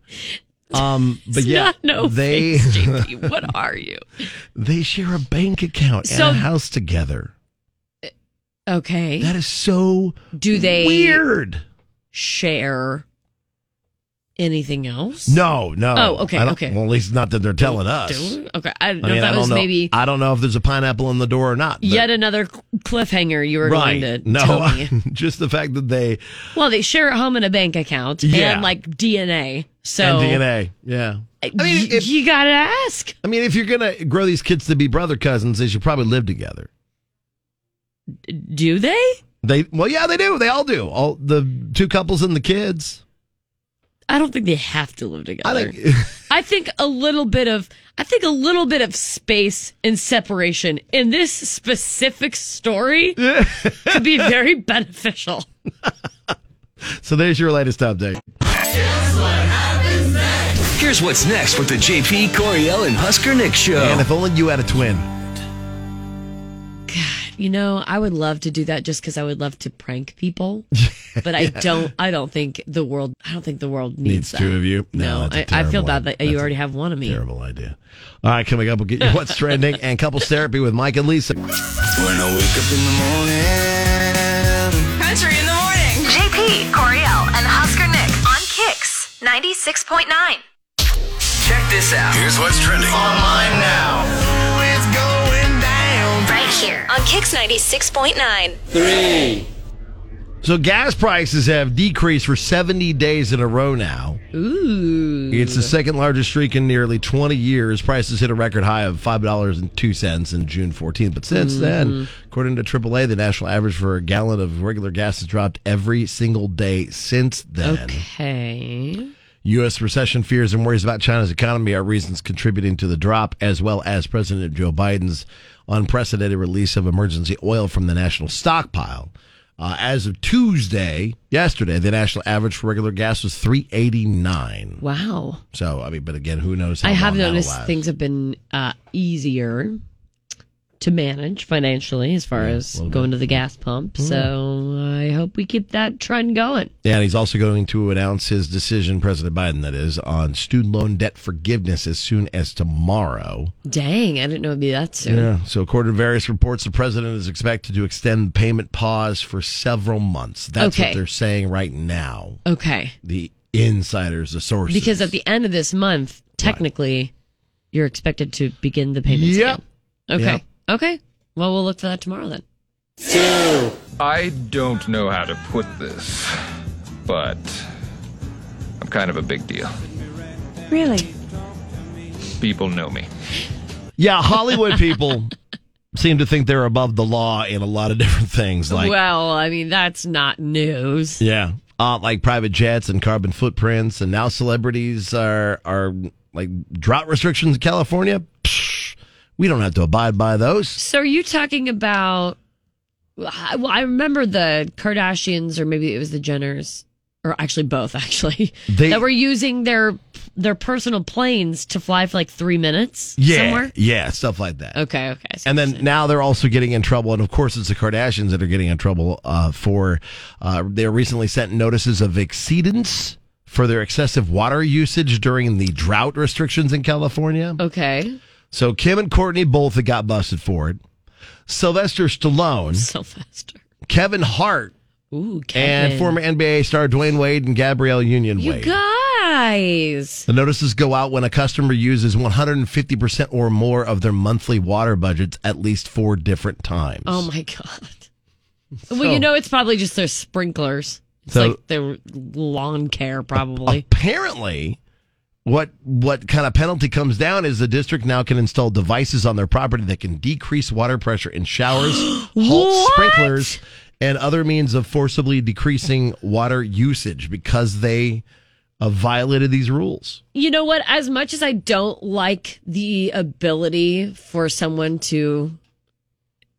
Speaker 14: Um but
Speaker 4: er. It's
Speaker 14: yeah,
Speaker 4: not no
Speaker 14: they
Speaker 4: face, JP. What are you?
Speaker 14: they share a bank account
Speaker 4: So-
Speaker 14: and a house together.
Speaker 4: Okay.
Speaker 14: That is so
Speaker 4: Do they
Speaker 14: weird.
Speaker 4: share anything else?
Speaker 14: No, no.
Speaker 4: Oh, okay,
Speaker 14: I don't-
Speaker 4: okay.
Speaker 14: Well, at least not that they're telling us.
Speaker 4: Do- Okay. I don't know
Speaker 14: mean,
Speaker 4: if that
Speaker 14: don't
Speaker 4: was
Speaker 14: know-
Speaker 4: maybe
Speaker 14: I don't know if there's a pineapple on the door or not. but-
Speaker 4: yet another cl- cliffhanger you were going to
Speaker 14: no,
Speaker 4: tell me.
Speaker 14: just the fact that they
Speaker 4: Well, they share a home and a bank account
Speaker 14: Yeah.
Speaker 4: and like DNA. So uh,
Speaker 14: and DNA. Yeah.
Speaker 4: I mean, you gotta ask.
Speaker 14: I mean, if you're gonna grow these kids to be brother cousins, they should probably live together.
Speaker 4: Do they?
Speaker 14: They well, yeah, they do. They all do. All the two couples and the kids.
Speaker 4: I don't think they have to live together. I think, I think a little bit of I think a little bit of space and separation in this specific story could be very beneficial.
Speaker 14: So there's your latest update.
Speaker 3: Here's what's next with the JP Coriel and Husker Nick show.
Speaker 14: And if only you had a twin.
Speaker 4: You know, I would love to do that just because I would love to prank people, but I don't. I don't think the world. I don't think the world
Speaker 14: Needs
Speaker 4: needs,
Speaker 14: two
Speaker 4: that.
Speaker 14: of you? No,
Speaker 4: No, I,
Speaker 14: that's a
Speaker 4: I feel
Speaker 14: terrible
Speaker 4: bad
Speaker 14: idea.
Speaker 4: that you
Speaker 14: That's a
Speaker 4: already have one of me.
Speaker 14: Terrible idea. All right, coming up, we'll get you what's trending and couples therapy with Mike and Lisa.
Speaker 2: When I wake up in the morning.
Speaker 5: Country in the morning. JP, Coriel, and Husker Nick on Kicks 96.9.
Speaker 3: Check this out. Here's what's trending
Speaker 2: Online now. It's going down.
Speaker 5: Right here on Kicks 96.9.
Speaker 2: Three.
Speaker 14: So gas prices have decreased for 70 days in a row now.
Speaker 4: Ooh.
Speaker 14: It's the second largest streak in nearly 20 years. Prices hit a record high of $5.02 in June 14th. But since then,
Speaker 4: Mhm.
Speaker 14: according to AAA, the national average for a gallon of regular gas has dropped every single day since then.
Speaker 4: Okay.
Speaker 14: U.S. recession fears and worries about China's economy are reasons contributing to the drop, as well as President Joe Biden's unprecedented release of emergency oil from the national stockpile. Uh, as of Tuesday, yesterday, the national average for regular gas was 389.
Speaker 4: Wow.
Speaker 14: So, I mean, but again, who knows? How
Speaker 4: I have
Speaker 14: long that'll
Speaker 4: noticed
Speaker 14: last.
Speaker 4: things have been uh, easier to manage financially as far as going to the gas pump. So I hope we keep that trend going.
Speaker 14: Yeah, and he's also going to announce his decision, President Biden, that is, on student loan debt forgiveness as soon as tomorrow.
Speaker 4: Dang, I didn't know it'd be that soon.
Speaker 14: Yeah. So, according to various reports, the president is expected to extend the payment pause for several months. That's what
Speaker 4: Okay.
Speaker 14: they're saying right now.
Speaker 4: Okay.
Speaker 14: The insiders, the sources.
Speaker 4: Because at the end of this month, technically, you're expected to begin the payments.
Speaker 14: Yep.
Speaker 4: again. Okay.
Speaker 16: Yep.
Speaker 4: Okay. Well, we'll look for that tomorrow then.
Speaker 16: I don't know how to put this, but I'm kind of a big deal.
Speaker 4: Really?
Speaker 16: People know me.
Speaker 14: yeah, Hollywood people seem to think they're above the law in a lot of different things. Like,
Speaker 4: well, I mean, that's not news.
Speaker 14: Yeah, uh, like private jets and carbon footprints, and now celebrities are are like drought restrictions in California. Psh, we don't have to abide by those.
Speaker 4: So are you talking about? I- Well, I remember the Kardashians, or maybe it was the Jenners, or actually both, actually,
Speaker 14: They-
Speaker 4: that were using their their personal planes to fly for like three minutes
Speaker 14: Yeah,
Speaker 4: somewhere.
Speaker 14: yeah, stuff like that.
Speaker 4: Okay, okay. So
Speaker 14: And then now they're also getting in trouble, and of course it's the Kardashians that are getting in trouble uh, for uh, they recently sent notices of exceedance for their excessive water usage during the drought restrictions in California.
Speaker 4: Okay.
Speaker 14: So Kim and Courtney both had got busted for it. Sylvester Stallone,
Speaker 4: Sylvester,
Speaker 14: Kevin Hart,
Speaker 4: Ooh,
Speaker 14: and
Speaker 4: Kevin.
Speaker 14: former NBA star Dwayne Wade and Gabrielle Union
Speaker 4: you
Speaker 14: Wade.
Speaker 4: guys.
Speaker 14: The notices go out when a customer uses 150% or more of their monthly water budgets at least four different times.
Speaker 4: Oh my god.
Speaker 14: So-
Speaker 4: well, you know, it's probably just their sprinklers. It's
Speaker 14: So-
Speaker 4: like their lawn care, probably.
Speaker 14: Apparently, what what kind of penalty comes down is the district now can install devices on their property that can decrease water pressure in showers, halt
Speaker 4: What?
Speaker 14: sprinklers, and other means of forcibly decreasing water usage because they uh, violated these rules.
Speaker 4: You know what? As much as I don't like the ability for someone to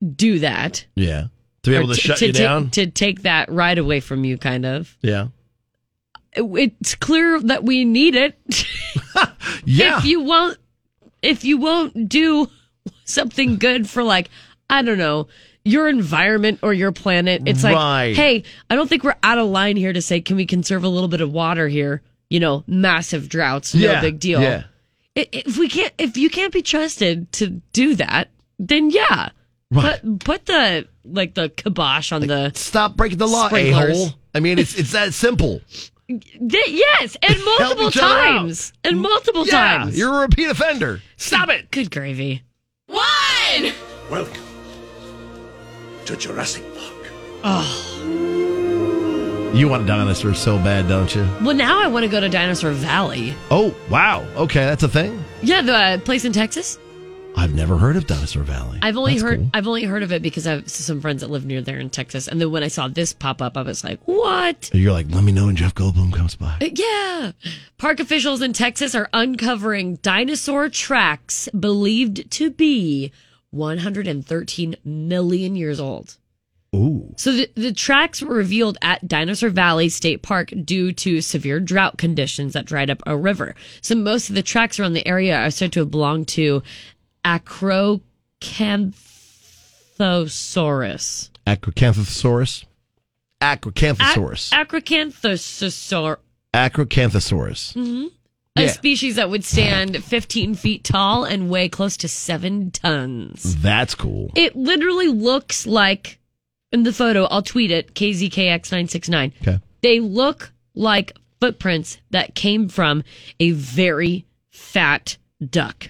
Speaker 4: do that,
Speaker 14: Yeah. To be able
Speaker 4: or
Speaker 14: to shut you
Speaker 4: ta-
Speaker 14: down.
Speaker 4: to take that right away from you, kind of.
Speaker 14: Yeah.
Speaker 4: It's clear that we need it.
Speaker 14: Yeah.
Speaker 4: If you won't, if you won't do something good for like, I don't know, your environment or your planet, it's like,
Speaker 14: Right.
Speaker 4: hey, I don't think we're out of line here to say, can we conserve a little bit of water here? You know, massive droughts, no
Speaker 14: Yeah,
Speaker 4: big deal.
Speaker 14: yeah.
Speaker 4: I- If we can't, if you can't be trusted to do that, then yeah, put put the like the kibosh on the
Speaker 14: stop breaking the law, a-hole. I mean, it's it's that simple.
Speaker 4: yes, and multiple
Speaker 14: each other out.
Speaker 4: times, and multiple
Speaker 14: Yeah,
Speaker 4: times.
Speaker 14: You're a repeat offender. Stop it.
Speaker 4: Good gravy.
Speaker 8: One! Welcome to Jurassic Park.
Speaker 4: Oh.
Speaker 14: You want dinosaurs so bad, don't you?
Speaker 4: Well, now I want to go to Dinosaur Valley.
Speaker 14: Oh, wow. Okay, that's a thing.
Speaker 4: Yeah, the uh, place in Texas.
Speaker 14: I've never heard of Dinosaur Valley.
Speaker 4: I've only
Speaker 14: That's
Speaker 4: heard
Speaker 14: cool.
Speaker 4: I've only heard of it because I have some friends that live near there in Texas, and then when I saw this pop up, I was like, "What?
Speaker 14: You're like, let me know when Jeff Goldblum comes by.
Speaker 4: Uh, Yeah!" Park officials in Texas are uncovering dinosaur tracks believed to be 113 million years old.
Speaker 14: Ooh.
Speaker 4: So the, the tracks were revealed at Dinosaur Valley State Park due to severe drought conditions that dried up a river. So most of the tracks around the area are said to have belonged to Acrocanthosaurus.
Speaker 14: Acrocanthosaurus. Acrocanthosaurus.
Speaker 4: Acrocanthosaur.
Speaker 14: Acrocanthosaurus.
Speaker 4: hmm
Speaker 14: Yeah.
Speaker 4: A species that would stand 15 feet tall and weigh close to seven tons.
Speaker 14: That's cool.
Speaker 4: It literally looks like in the photo, I'll tweet it, KZKX969.
Speaker 14: Okay.
Speaker 4: They look like footprints that came from a very fat duck.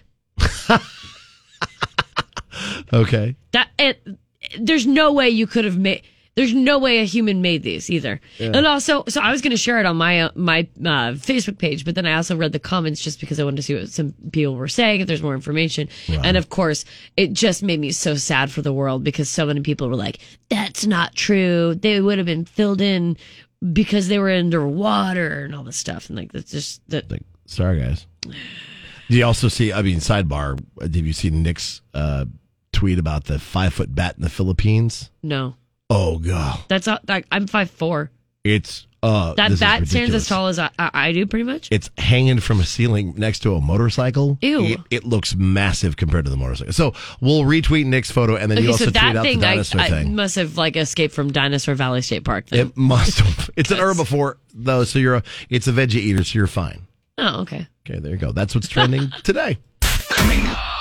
Speaker 14: Okay.
Speaker 4: That and there's no way you could have made there's no way a human made these either.
Speaker 14: Yeah.
Speaker 4: And also so I was going to share it on my uh, my uh, Facebook page, but then I also read the comments just because I wanted to see what some people were saying if there's more information. And of course, it just made me so sad for the world because so many people were like, that's not true. They would have been filled in because they were underwater and all this stuff and like that's just that
Speaker 14: Sorry, guys. Do you also see? I mean, sidebar. Did you see Nick's uh, tweet about the five foot bat in the Philippines?
Speaker 4: no.
Speaker 14: Oh god,
Speaker 4: That's not, like I'm 5'4.
Speaker 14: it's uh,
Speaker 4: That
Speaker 14: this is
Speaker 4: bat stands
Speaker 14: ridiculous.
Speaker 4: as tall as I, I, I do pretty much.
Speaker 14: It's hanging from a ceiling next to a motorcycle.
Speaker 4: Ew.
Speaker 14: It, it looks massive compared to the motorcycle. So we'll retweet Nick's photo, and then you also tweet out the dinosaur
Speaker 4: I, I
Speaker 14: thing.
Speaker 4: must have like escaped from Dinosaur Valley State Park. Then.
Speaker 14: it must. Have, it's an herbivore though, so you're a, it's a veggie eater, so you're fine.
Speaker 4: Oh, okay.
Speaker 14: Okay, there you go. That's what's trending today.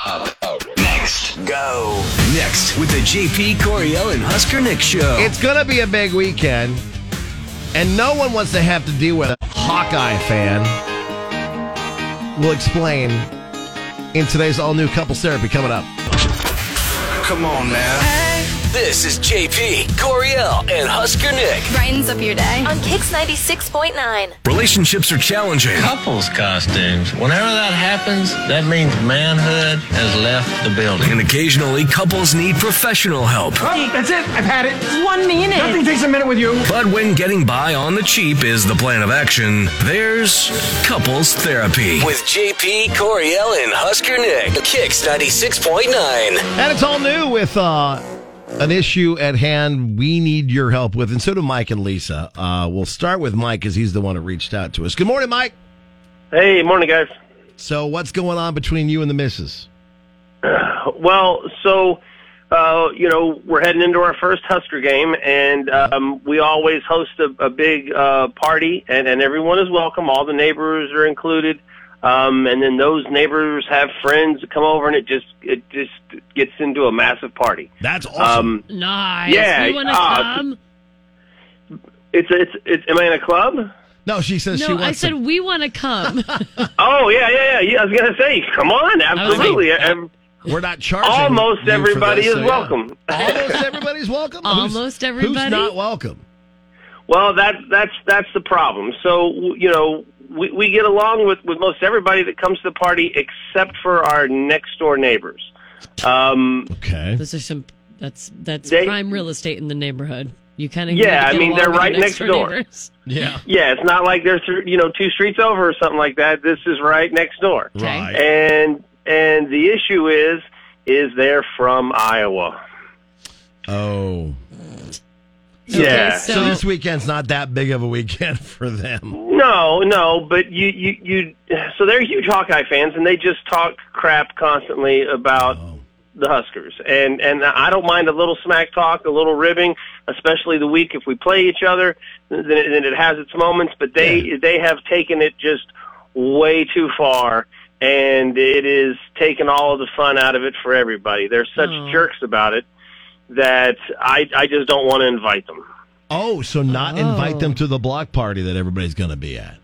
Speaker 3: Up, up, next, go. Next with the JP Coriel and Husker Nick show.
Speaker 14: It's going to be a big weekend, and no one wants to have to deal with a Hawkeye fan. We'll explain in today's all new couple therapy coming up.
Speaker 3: Come on now. This is JP Coriel and Husker Nick.
Speaker 5: Brightens up your day on Kix 96.9.
Speaker 3: Relationships are challenging.
Speaker 17: Couples costumes. Whenever that happens, that means manhood has left the building.
Speaker 3: And occasionally, couples need professional help.
Speaker 17: Oh, that's it. I've had it.
Speaker 18: One minute.
Speaker 17: Nothing takes a minute with you.
Speaker 3: But when getting by on the cheap is the plan of action, there's couples therapy with JP Coriel and Husker Nick. Kicks 96.9.
Speaker 14: And it's all new with uh, an issue at hand we need your help with, and so do Mike and Lisa. Uh, we'll start with Mike because he's the one who reached out to us. Good morning, Mike.
Speaker 19: Hey, morning, guys.
Speaker 14: So, what's going on between you and the missus?
Speaker 19: Well, so uh, you know we're heading into our first Husker game, and um, we always host a, a big uh, party, and, and everyone is welcome. All the neighbors are included, um, and then those neighbors have friends that come over, and it just it just gets into a massive party.
Speaker 14: That's
Speaker 19: awesome. Um,
Speaker 4: Nice.
Speaker 19: Yeah,
Speaker 4: You want to
Speaker 19: uh,
Speaker 4: come?
Speaker 19: it's it's it's. Am I in a club?
Speaker 14: No, she says
Speaker 4: No, I said we want to come.
Speaker 19: Oh yeah, yeah, yeah. yeah I was gonna say, come on, absolutely. Ev-
Speaker 14: We're not charging. you
Speaker 19: Almost
Speaker 14: for
Speaker 19: everybody
Speaker 14: this,
Speaker 19: is
Speaker 14: so yeah.
Speaker 19: welcome.
Speaker 14: Almost everybody's welcome.
Speaker 4: Almost
Speaker 14: who's,
Speaker 4: everybody?
Speaker 14: Who's not welcome?
Speaker 19: Well, that that's that's the problem. So w- you know, we we get along with with most everybody that comes to the party, except for our next door neighbors. Um,
Speaker 14: okay.
Speaker 4: Those are some. That's that's
Speaker 19: They-
Speaker 4: prime real estate in the neighborhood. You kind of
Speaker 19: Yeah, I mean, they're right next door.
Speaker 14: Yeah.
Speaker 19: Yeah, it's not like they're th- you know two streets over or something like that. This is right next door.
Speaker 14: Right.
Speaker 19: And and the issue is is they're from Iowa.
Speaker 14: Oh.
Speaker 19: Yeah.
Speaker 14: So, this weekend's not that big of a weekend for them.
Speaker 19: No, no, but you, you, you. So they're huge Hawkeye fans, and they just talk crap constantly about the Huskers, and and I don't mind a little smack talk, a little ribbing, especially the week if we play each other, then it, then it has its moments. But they they have taken it just way too far, and it is taken all of the fun out of it for everybody. They're such jerks about it that I I just don't want to invite them.
Speaker 14: Oh, so not invite them to the block party that everybody's going to be at.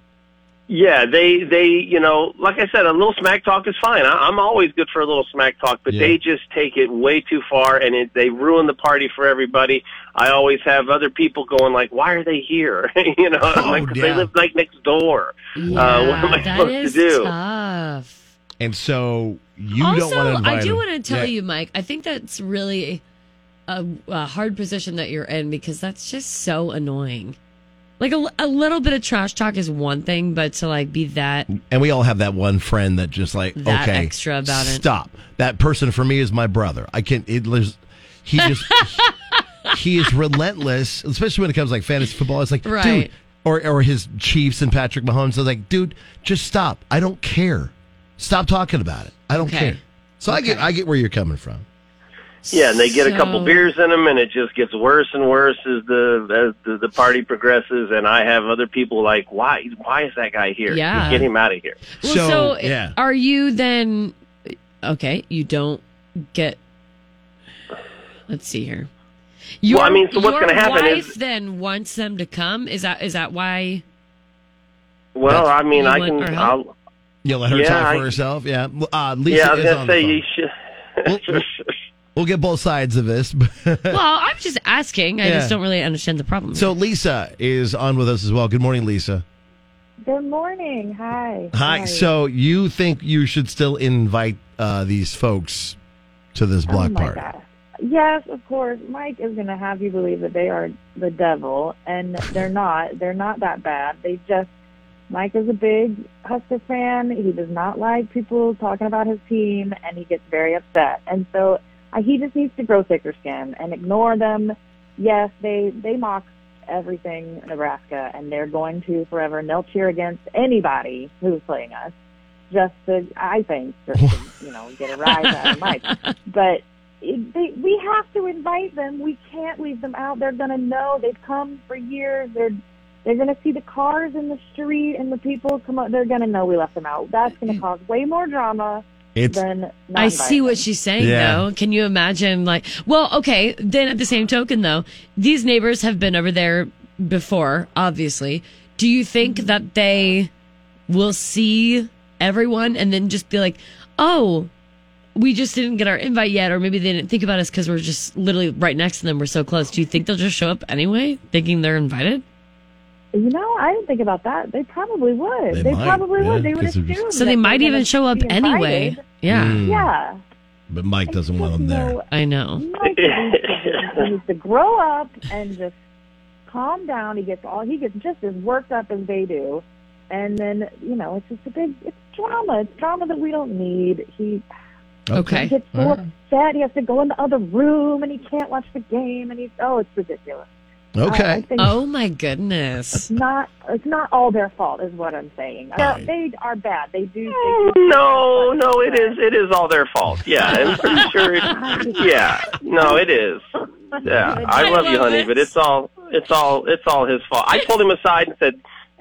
Speaker 19: Yeah, they they you know, like I said, a little smack talk is fine. I, I'm always good for a little smack talk, but
Speaker 14: Yeah.
Speaker 19: they just take it way too far, and it, they ruin the party for everybody. I always have other people going like, "Why are they here?" you know, I'm Uh, like, 'Cause
Speaker 14: Oh, yeah.
Speaker 19: they live like next door. uh, what am I
Speaker 4: that
Speaker 19: supposed
Speaker 4: is
Speaker 19: to do?
Speaker 4: tough.
Speaker 14: And so you
Speaker 4: also,
Speaker 14: don't want to invite
Speaker 4: I do
Speaker 14: him.
Speaker 4: want to tell
Speaker 14: Yeah.
Speaker 4: you, Mike. I think that's really a, a hard position that you're in because that's just so annoying. Like a, a little bit of trash talk is one thing, but to like be that
Speaker 14: And we all have that one friend that just like
Speaker 4: That
Speaker 14: okay,
Speaker 4: extra about it.
Speaker 14: Stop. That person for me is my brother. I can. It, there's- he just he, is relentless, especially when it comes to, like fantasy football. It's like dude,
Speaker 4: Right.
Speaker 14: or or his Chiefs and Patrick Mahomes. I was like, dude, just stop. I don't care. Stop talking about it. I don't
Speaker 19: Okay.
Speaker 14: care. So I get I get where you're coming from.
Speaker 19: Yeah, and they get a couple
Speaker 14: So-
Speaker 19: beers in them, and it just gets worse and worse as the as the, the party progresses. And I have other people like, why why is that guy here?
Speaker 4: Yeah.
Speaker 19: get him out of here.
Speaker 4: Well, so, are you then okay? You don't get. Let's see here.
Speaker 19: Well, I mean, so what's
Speaker 4: your
Speaker 19: gonna happen is-
Speaker 4: wife then wants them to come. Is that is that why?
Speaker 19: Well, I mean,
Speaker 4: You
Speaker 19: I
Speaker 4: want
Speaker 19: can.
Speaker 4: our help?
Speaker 19: I'll,
Speaker 14: You'll let her
Speaker 19: Yeah,
Speaker 14: talk
Speaker 19: I-
Speaker 14: for herself. Yeah. Uh, Lisa
Speaker 19: yeah, I was
Speaker 14: is
Speaker 19: gonna
Speaker 14: on the
Speaker 19: say
Speaker 14: phone.
Speaker 19: you should.
Speaker 14: We'll get both sides of this.
Speaker 4: Well, I'm just asking. I
Speaker 14: Yeah.
Speaker 4: just don't really understand the problem.
Speaker 14: so Lisa is on with us as well. Good morning, Lisa.
Speaker 18: Good morning. Hi.
Speaker 14: Hi. So you think you should still invite uh, these folks to this block
Speaker 18: Oh my
Speaker 14: party?
Speaker 18: God. Yes, of course. Mike is going to have you believe that they are the devil, and they're not. They're not that bad. They just. Mike is a big Husker fan. He does not like people talking about his team, and he gets very upset. And so uh, he just needs to grow thicker skin and ignore them. Yes, they they mock everything Nebraska, and they're going to forever, and they'll cheer against anybody who's playing us. Just to, I think, just to, you know, get a rise out of Mike. But it, they, we have to invite them. We can't leave them out. They're going to know. They've come for years. They're they're going to see the cars in the street and the people come up. They're going to know we left them out. That's going to cause way more drama
Speaker 4: It's-
Speaker 18: than not
Speaker 4: I see
Speaker 18: inviting
Speaker 4: what she's saying
Speaker 18: Yeah.
Speaker 4: though. Can you imagine like well, okay, then at the same token though, these neighbors have been over there before, obviously. Do you think that they will see everyone and then just be like, "Oh, we just didn't get our invite yet or maybe they didn't think about us cuz we're just literally right next to them. We're so close." Do you think they'll just show up anyway thinking they're invited?
Speaker 18: them. You know, I didn't think about that. They probably would.
Speaker 4: They
Speaker 18: They,
Speaker 4: might,
Speaker 18: probably
Speaker 14: yeah,
Speaker 18: would. They would
Speaker 14: 'cause they're
Speaker 18: assume.
Speaker 14: just-
Speaker 4: So they
Speaker 18: that
Speaker 4: might
Speaker 18: they're gonna
Speaker 4: even show up
Speaker 18: be invited.
Speaker 4: anyway. Yeah.
Speaker 14: Mm.
Speaker 18: Yeah.
Speaker 14: But Mike doesn't want them there.
Speaker 4: I know.
Speaker 18: Mike needs to, he needs to grow up and just calm down. He gets all he gets just as worked up as they do, and then you know it's just a big it's drama. It's drama that we don't need. He
Speaker 4: Okay.
Speaker 18: he gets so
Speaker 4: All right.
Speaker 18: upset. He has to go in the other room and he can't watch the game. And he's oh, it's ridiculous. I- I think-
Speaker 4: oh my goodness.
Speaker 18: It's not it's not all their fault, is what I'm saying. Now, they are bad. They do. They do
Speaker 19: No, no, it is it is all their fault. Yeah, I'm pretty sure. It, yeah, no, it is. Yeah, I love you, honey, but it's all it's all it's all his fault. I pulled him aside and said,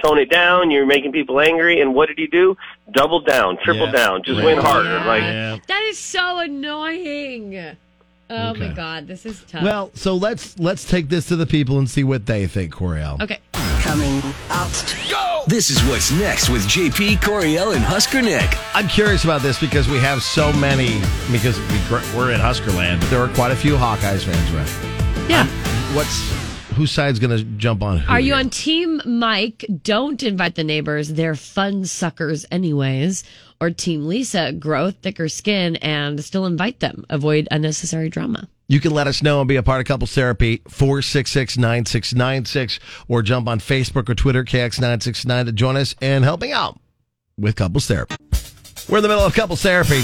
Speaker 19: "Tone it down. You're making people angry." And what did he do? Double down, triple down, just went harder. Like,
Speaker 4: That is so annoying. Oh my god, this is tough.
Speaker 14: Well, so let's let's take this to the people and see what they think, Coriel.
Speaker 4: okay.
Speaker 3: Coming up. Go! This is what's next with JP, Coriel, and Husker Nick.
Speaker 14: I'm curious about this because we have so many because we, gr- we're in Huskerland, but there are quite a few Hawkeyes fans, right?
Speaker 4: Yeah.
Speaker 14: What's whose side's going to jump on who?
Speaker 4: Are you on Team Mike? Don't invite the neighbors. They're fun suckers, anyways. Or Team Lisa? Grow thicker skin and still invite them. Avoid unnecessary drama.
Speaker 14: You can let us know and be a part of Couples Therapy, 466 9696, or jump on Facebook or Twitter, KX969, to join us and helping out with Couples Therapy. We're in the middle of Couples Therapy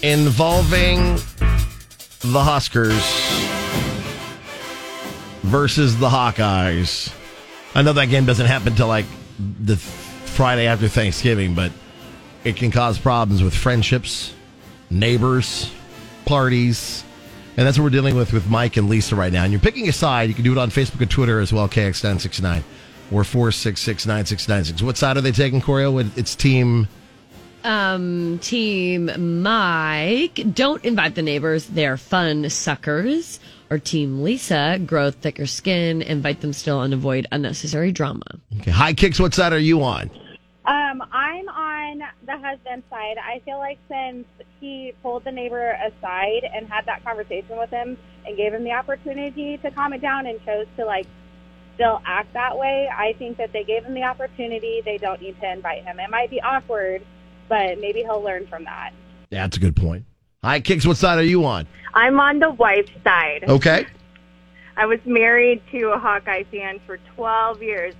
Speaker 14: involving the Huskers versus the Hawkeyes. I know that game doesn't happen till like the Friday after Thanksgiving, but it can cause problems with friendships, neighbors, parties. And that's what we're dealing with with Mike and Lisa right now. And you're picking a side. You can do it on Facebook and Twitter as well, KX969 or 4669696. What side are they taking, Corio? What- It's team.
Speaker 4: Um, Team Mike, don't invite the neighbors. They're fun suckers. Or Team Lisa, grow thicker skin, invite them still, and avoid unnecessary drama.
Speaker 14: Okay. High kicks, what side are you on?
Speaker 20: Um, I'm on the husband's side. I feel like since he pulled the neighbor aside and had that conversation with him and gave him the opportunity to calm it down and chose to like still act that way, I think that they gave him the opportunity. They don't need to invite him. It might be awkward, but maybe he'll learn from that.
Speaker 14: That's a good point. Hi, Kicks, what side are you on?
Speaker 21: I'm on the wife's side.
Speaker 14: Okay.
Speaker 21: I was married to a Hawkeye fan for 12 years,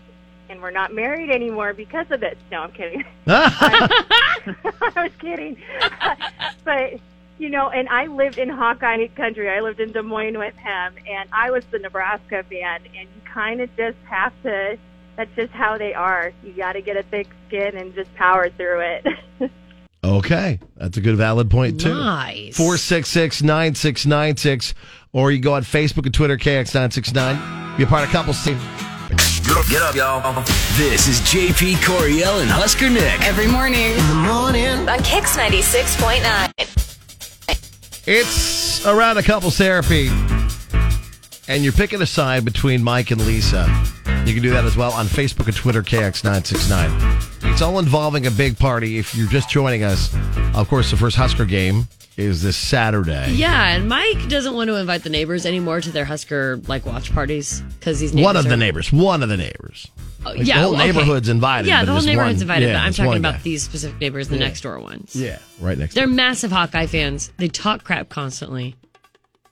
Speaker 21: and we're not married anymore because of this. No, I'm kidding. I was kidding. but, you know, and I lived in Hawkeye country. I lived in Des Moines with him, and I was the Nebraska fan, and you kind of just have to, that's just how they are. You got to get a thick skin and just power through it.
Speaker 14: Okay. That's a good valid point, too.
Speaker 4: Nice.
Speaker 14: 466 9696. Or you go on Facebook and Twitter, KX969. You're part of Couples Team.
Speaker 3: Get up, get up, y'all. This is JP Coriel and Husker Nick.
Speaker 5: Every morning. In
Speaker 3: the morning.
Speaker 5: On Kicks 96.9.
Speaker 14: It's around a couples therapy. And you're picking a side between Mike and Lisa. You can do that as well on Facebook and Twitter, KX969. It's all involving a big party. If you're just joining us, of course, the first Husker game is this Saturday.
Speaker 4: Yeah, and Mike doesn't want to invite the neighbors anymore to their Husker like watch parties because he's
Speaker 14: One of
Speaker 4: are-
Speaker 14: the neighbors. One of the neighbors.
Speaker 4: Oh,
Speaker 14: Like,
Speaker 4: yeah,
Speaker 14: The whole
Speaker 4: okay.
Speaker 14: neighborhood's invited.
Speaker 4: Yeah,
Speaker 14: but
Speaker 4: the whole
Speaker 14: this
Speaker 4: neighborhood's
Speaker 14: one-
Speaker 4: invited.
Speaker 14: yeah,
Speaker 4: but I'm
Speaker 14: this
Speaker 4: talking
Speaker 14: one
Speaker 4: about
Speaker 14: guy.
Speaker 4: these specific neighbors, the
Speaker 14: Yeah.
Speaker 4: next door ones.
Speaker 14: Yeah, right next
Speaker 4: They're massive Hawkeye fans. They talk crap constantly.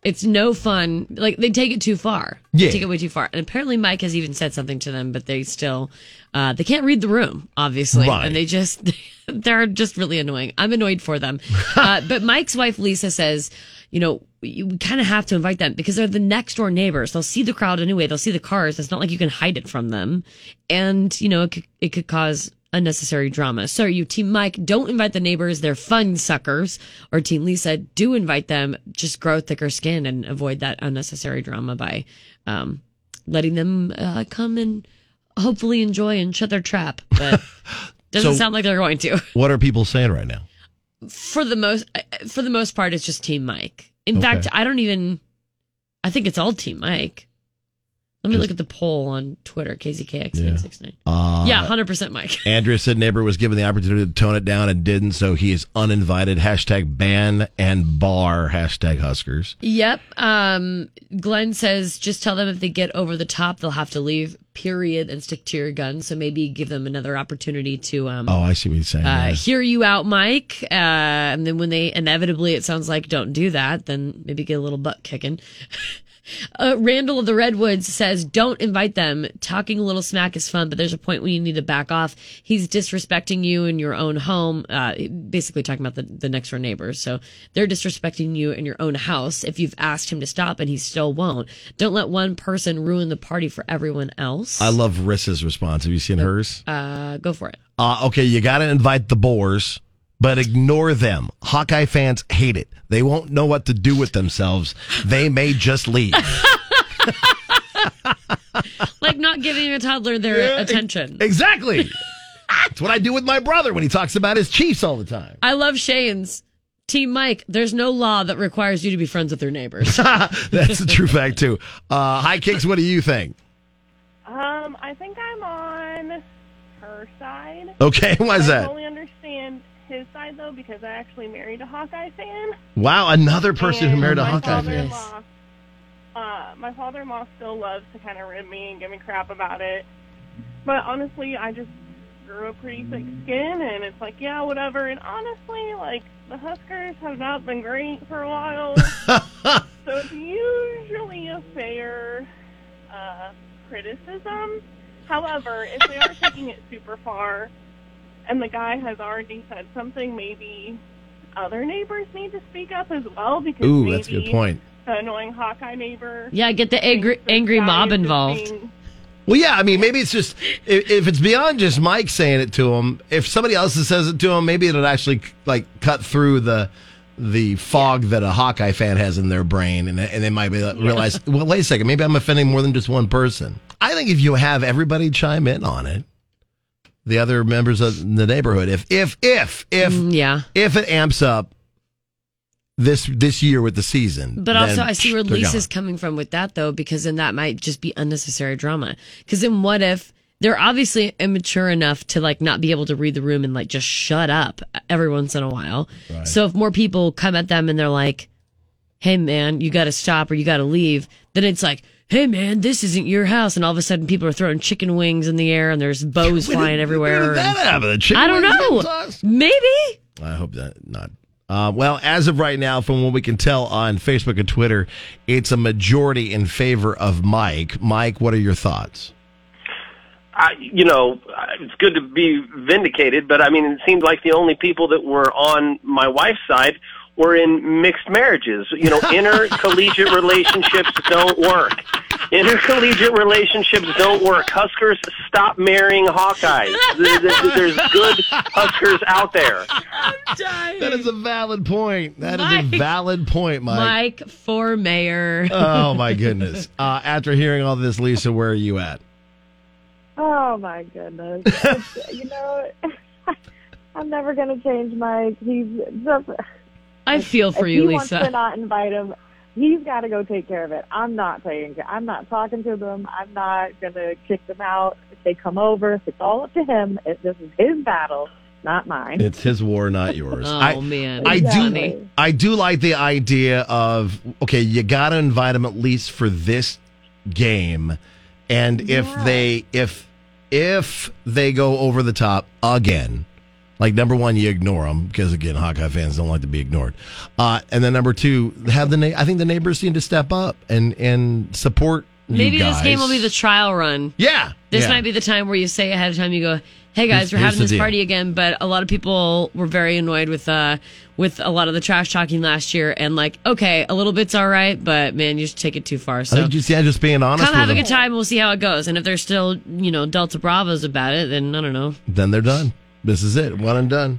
Speaker 4: It's no fun. Like they take it too far. They
Speaker 14: Yeah.
Speaker 4: take it way too far. And apparently Mike has even said something to them, but they still uh, they can't read the room, obviously.
Speaker 14: Right.
Speaker 4: And they just they're just really annoying. I'm annoyed for them. uh, but Mike's wife Lisa says, you know, you kind of have to invite them because they're the next door neighbors. They'll see the crowd anyway. They'll see the cars. It's not like you can hide it from them. And you know, it could, it could cause unnecessary drama. So you team Mike, don't invite the neighbors. They're fun suckers. Or team Lisa, do invite them. Just grow thicker skin and avoid that unnecessary drama by um, letting them uh, come and hopefully enjoy and shut their trap. But doesn't
Speaker 14: So-
Speaker 4: sound like they're going to.
Speaker 14: What are people saying right now?
Speaker 4: For the most, uh, for the most part, it's just team Mike. In
Speaker 14: Okay.
Speaker 4: fact, I don't even. I think it's all team Mike. Let me look at the poll on Twitter, KZKX969.
Speaker 14: Uh,
Speaker 4: yeah, 100% Mike.
Speaker 14: Andrea said neighbor was given the opportunity to tone it down and didn't, so he is uninvited. Hashtag ban and bar. Hashtag Huskers.
Speaker 4: Yep. Um, Glenn says just tell them if they get over the top, they'll have to leave, period, and stick to your gun. So maybe give them another opportunity to um,
Speaker 14: Oh, I see what he's saying.
Speaker 4: uh,
Speaker 14: Yeah.
Speaker 4: hear you out, Mike. Uh, and then when they inevitably, it sounds like, don't do that, then maybe get a little butt kicking. Uh, Randall of the Redwoods says, don't invite them. Talking a little smack is fun, but there's a point when you need to back off. He's disrespecting you in your own home, uh, basically talking about the, the next door neighbors. So they're disrespecting you in your own house if you've asked him to stop and he still won't. Don't let one person ruin the party for everyone else.
Speaker 14: I love Rissa's response. Have you seen hers?
Speaker 4: Uh, go for it.
Speaker 14: Uh, okay, you got to invite the boars, but ignore them. Hawkeye fans hate it. They won't know what to do with themselves. They may just leave.
Speaker 4: like not giving a toddler their
Speaker 14: Yeah, ex-
Speaker 4: attention.
Speaker 14: exactly. That's what I do with my brother when he talks about his Chiefs all the time.
Speaker 4: I love Shane's. Team Mike, there's no law that requires you to be friends with your neighbors.
Speaker 14: That's a true fact, too. Uh, hi, Kicks, what do you think?
Speaker 20: Um, I think I'm on her side.
Speaker 14: Okay, why is
Speaker 20: I
Speaker 14: that?
Speaker 20: totally understand his side though because I actually married a Hawkeye fan.
Speaker 14: Wow, another person who
Speaker 20: And
Speaker 14: married a
Speaker 20: my
Speaker 14: Hawkeye fan.
Speaker 20: father-in-law- Uh, my father-in-law still loves to kind of rib me and give me crap about it, but honestly, I just grew a pretty thick skin, and it's like, yeah, whatever. And honestly, like the Huskers have not been great for a while, so it's usually a fair uh, criticism. However, if they are taking it super far, and the guy has already said something, maybe other neighbors need to speak up as well because
Speaker 14: Ooh,
Speaker 20: maybe
Speaker 14: that's a good point.
Speaker 20: the annoying Hawkeye neighbor.
Speaker 4: yeah, get the angry, angry mob involved.
Speaker 14: Well, yeah, I mean, maybe it's just if, if it's beyond just Mike saying it to him. If somebody else says it to him, maybe it'll actually like cut through the the fog that a Hawkeye fan has in their brain, and and they might be like, realize, well, wait a second, maybe I'm offending more than just one person. I think if you have everybody chime in on it, the other members of the neighborhood, if if if if
Speaker 4: Mm, yeah,
Speaker 14: if it amps up this this year with the season,
Speaker 4: But
Speaker 14: then
Speaker 4: also, I see where
Speaker 14: they're gone.
Speaker 4: Lisa's coming from with that, though, because then that might just be unnecessary drama. Because then what if they're obviously immature enough to like not be able to read the room and like just shut up every once in a while? So if more people come at them and they're like, hey, man, you got to stop or you got to leave, then it's like, hey man, this isn't your house, and all of a sudden people are throwing chicken wings in the air and there's bows flying everywhere.
Speaker 14: did that
Speaker 4: and-
Speaker 14: happen? The chicken
Speaker 4: I don't
Speaker 14: wings
Speaker 4: know. Maybe.
Speaker 14: I hope that not. Uh, well, as of right now, from what we can tell on Facebook and Twitter, it's a majority in favor of Mike. Mike, what are your thoughts?
Speaker 19: I, you know, I- uh, it's good to be vindicated, but I mean, it seemed like the only people that were on my wife's side were in mixed marriages. You know, intercollegiate relationships don't work. Intercollegiate relationships don't work. Huskers, stop marrying Hawkeyes. Th- th- th- There's good Huskers out there.
Speaker 14: That is a valid point. That is a valid point, Mike.
Speaker 4: Mike for mayor.
Speaker 14: oh my goodness! Uh, after hearing all this, Lisa, where are you at?
Speaker 18: Oh my goodness! It's- you know, I'm never gonna change Mike. He's just.
Speaker 4: I feel for
Speaker 18: if
Speaker 4: you,
Speaker 18: he
Speaker 4: Lisa.
Speaker 18: Wants to not invite him. He's got to go take care of it. I'm not taking. care- I'm not talking to them. I'm not gonna kick them out if they come over. It's all up to him. It, this is his battle, not mine.
Speaker 14: It's his war, not yours.
Speaker 18: Oh,
Speaker 14: I,
Speaker 18: man.
Speaker 14: I do.
Speaker 18: Exactly.
Speaker 14: I do like the idea of okay, you got to invite them at least for this game, and if they if if they go over the top again, like number one, you ignore them because again, Hawkeye fans don't like to be ignored, uh, and then number two, have the na- I think the neighbors need to step up and and support. you
Speaker 4: Maybe this game
Speaker 14: guys.
Speaker 4: will be the trial run.
Speaker 14: Yeah.
Speaker 4: This
Speaker 14: Yeah.
Speaker 4: might be the time where you say ahead of time, you go, hey guys,
Speaker 14: Here's-
Speaker 4: we're
Speaker 14: here's
Speaker 4: having
Speaker 14: the
Speaker 4: this
Speaker 14: deal."
Speaker 4: party again, but a lot of people were very annoyed with, uh, with a lot of the trash talking last year and like, okay, a little bit's all right, but man, you just take it too far.
Speaker 14: I
Speaker 4: So
Speaker 14: think you see, I'm just being honest.
Speaker 4: come have
Speaker 14: with
Speaker 4: a
Speaker 14: them.
Speaker 4: good time. We'll see how it goes. And if they're still, you know, Delta Bravos about it, then I don't know.
Speaker 14: Then they're done. This is it. One and done.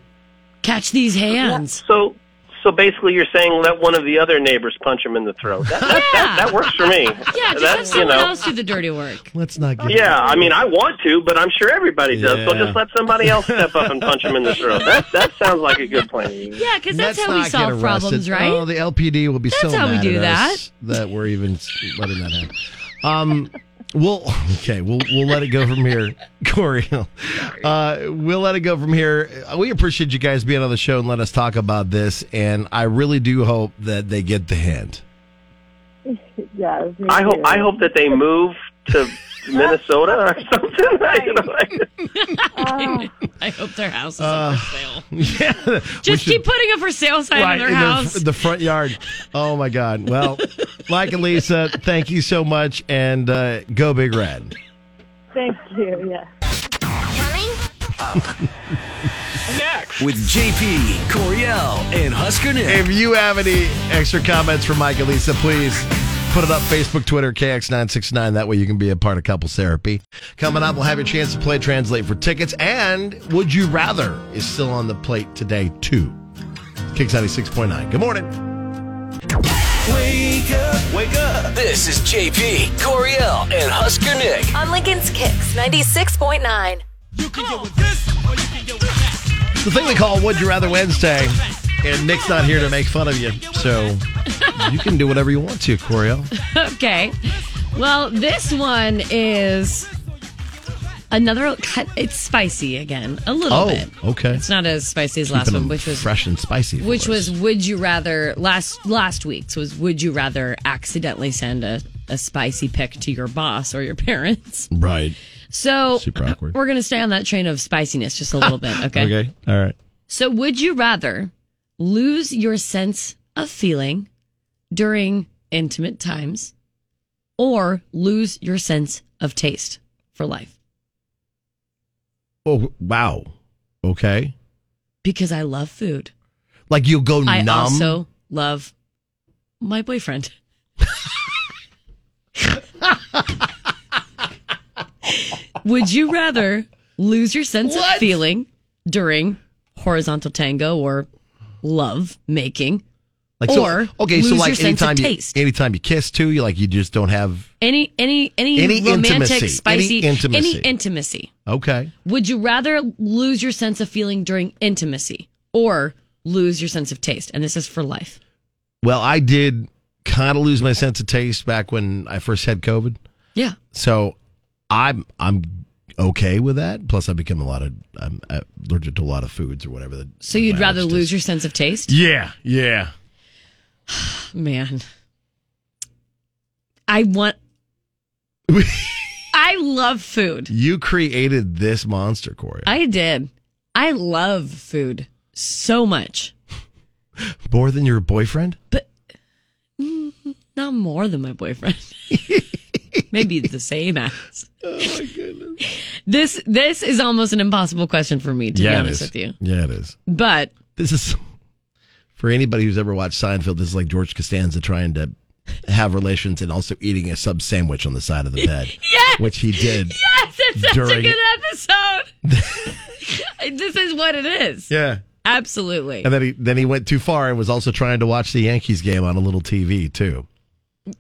Speaker 4: Catch these hands.
Speaker 19: So, so basically, you're saying let one of the other neighbors punch him in the throat. That, that, that, that works for me.
Speaker 4: Yeah, just
Speaker 19: That-
Speaker 4: have someone else do the dirty work.
Speaker 14: Let's not get.
Speaker 19: Yeah, I mean, I want to, but I'm sure everybody does. So
Speaker 14: Yeah.
Speaker 19: just let somebody else step up and punch him in the throat. That that sounds like a good plan.
Speaker 4: Yeah, because that's
Speaker 14: Let's
Speaker 4: how we
Speaker 14: not get
Speaker 4: solve problems,
Speaker 14: arrested.
Speaker 4: right?
Speaker 14: Oh, the LPD will be
Speaker 4: That's
Speaker 14: so
Speaker 4: how we
Speaker 14: mad
Speaker 4: do
Speaker 14: at
Speaker 4: that.
Speaker 14: us that we're even letting that happen. Um, we'll okay, we'll we'll let it go from here, Corey. Uh, we'll let it go from here. Uh, We appreciate you guys being on the show and let us talk about this. And I really do hope that they get the hint.
Speaker 18: yes. me
Speaker 19: I hope
Speaker 18: too.
Speaker 19: I hope that they move to Minnesota or something. You know, like-
Speaker 4: I hope their house is
Speaker 14: Uh,
Speaker 4: up for sale.
Speaker 14: Yeah,
Speaker 4: Just keep putting a for sale sign
Speaker 14: Right,
Speaker 4: in their
Speaker 14: in the-
Speaker 4: house.
Speaker 14: The, front yard. Oh my God. Well, Mike and Lisa, thank you so much, and uh, go Big Red.
Speaker 18: Thank you. Yeah.
Speaker 3: With JP, Coriel, and Husker Nick.
Speaker 14: If you have any extra comments for Mike and Lisa, please put it up Facebook, Twitter, KX969. That way you can be a part of couples therapy. Coming up, we'll have your chance to play Translate for tickets. And Would You Rather is still on the plate today, too. Kicks 96.9. Good morning.
Speaker 3: Wake up, wake up. This is JP, Coriel, and Husker Nick.
Speaker 5: On Lincoln's Kicks 96.9.
Speaker 14: It's the thing we call Would You Rather Wednesday. And Nick's not here to make fun of you. So you can do whatever you want to, Coriel.
Speaker 4: okay. Well, this one is another. It's spicy again, a little
Speaker 14: oh,
Speaker 4: bit.
Speaker 14: okay.
Speaker 4: It's not as spicy as last
Speaker 14: Keeping
Speaker 4: one,
Speaker 14: them
Speaker 4: which was
Speaker 14: fresh and spicy. for
Speaker 4: which
Speaker 14: us.
Speaker 4: was would you rather last last week's was would you rather accidentally send a, a spicy pic to your boss or your parents?
Speaker 14: right.
Speaker 4: So
Speaker 14: Super awkward.
Speaker 4: we're gonna stay on that train of spiciness just a little bit, okay?
Speaker 14: Okay. All right.
Speaker 4: So, would you rather lose your sense of feeling during intimate times or lose your sense of taste for life?
Speaker 14: Oh wow. Okay.
Speaker 4: Because I love food.
Speaker 14: Like you'll go
Speaker 4: I
Speaker 14: numb.
Speaker 4: also love my boyfriend. would you rather lose your sense of feeling during horizontal tango or love making?
Speaker 14: like
Speaker 4: or
Speaker 14: okay,
Speaker 4: lose
Speaker 14: so like
Speaker 4: your sense
Speaker 14: anytime
Speaker 4: of
Speaker 14: you
Speaker 4: taste.
Speaker 14: anytime you kiss too, you like you just don't have
Speaker 4: Any any any,
Speaker 14: Any
Speaker 4: romantic
Speaker 14: intimacy.
Speaker 4: spicy
Speaker 14: Any intimacy.
Speaker 4: any intimacy.
Speaker 14: okay.
Speaker 4: Would you rather lose your sense of feeling during intimacy or lose your sense of taste? And this is for life.
Speaker 14: Well, I did kind of lose my sense of taste back when I first had COVID.
Speaker 4: Yeah.
Speaker 14: So I'm I'm okay with that. Plus, I become a lot of I'm allergic to a lot of foods or whatever. The,
Speaker 4: So you'd rather lose your sense of taste?
Speaker 14: yeah, yeah.
Speaker 4: Man. I want I love food.
Speaker 14: You created this monster, Corey.
Speaker 4: I did. I love food so much.
Speaker 14: More than your boyfriend?
Speaker 4: But mm, not more than my boyfriend. Maybe it's the same as.
Speaker 14: Oh my goodness.
Speaker 4: This this is almost an impossible question for me to be
Speaker 14: Yeah, it
Speaker 4: honest
Speaker 14: is.
Speaker 4: with you.
Speaker 14: Yeah, it is.
Speaker 4: But
Speaker 14: This is for anybody who's ever watched Seinfeld. This is like George Costanza trying to have relations and also eating a sub sandwich on the side of the bed,
Speaker 4: Yes!
Speaker 14: which he did.
Speaker 4: yes, it's such a
Speaker 14: During-
Speaker 4: good episode. this is what it is.
Speaker 14: Yeah.
Speaker 4: Absolutely.
Speaker 14: And then he then he went too far and was also trying to watch the Yankees game on a little TV too.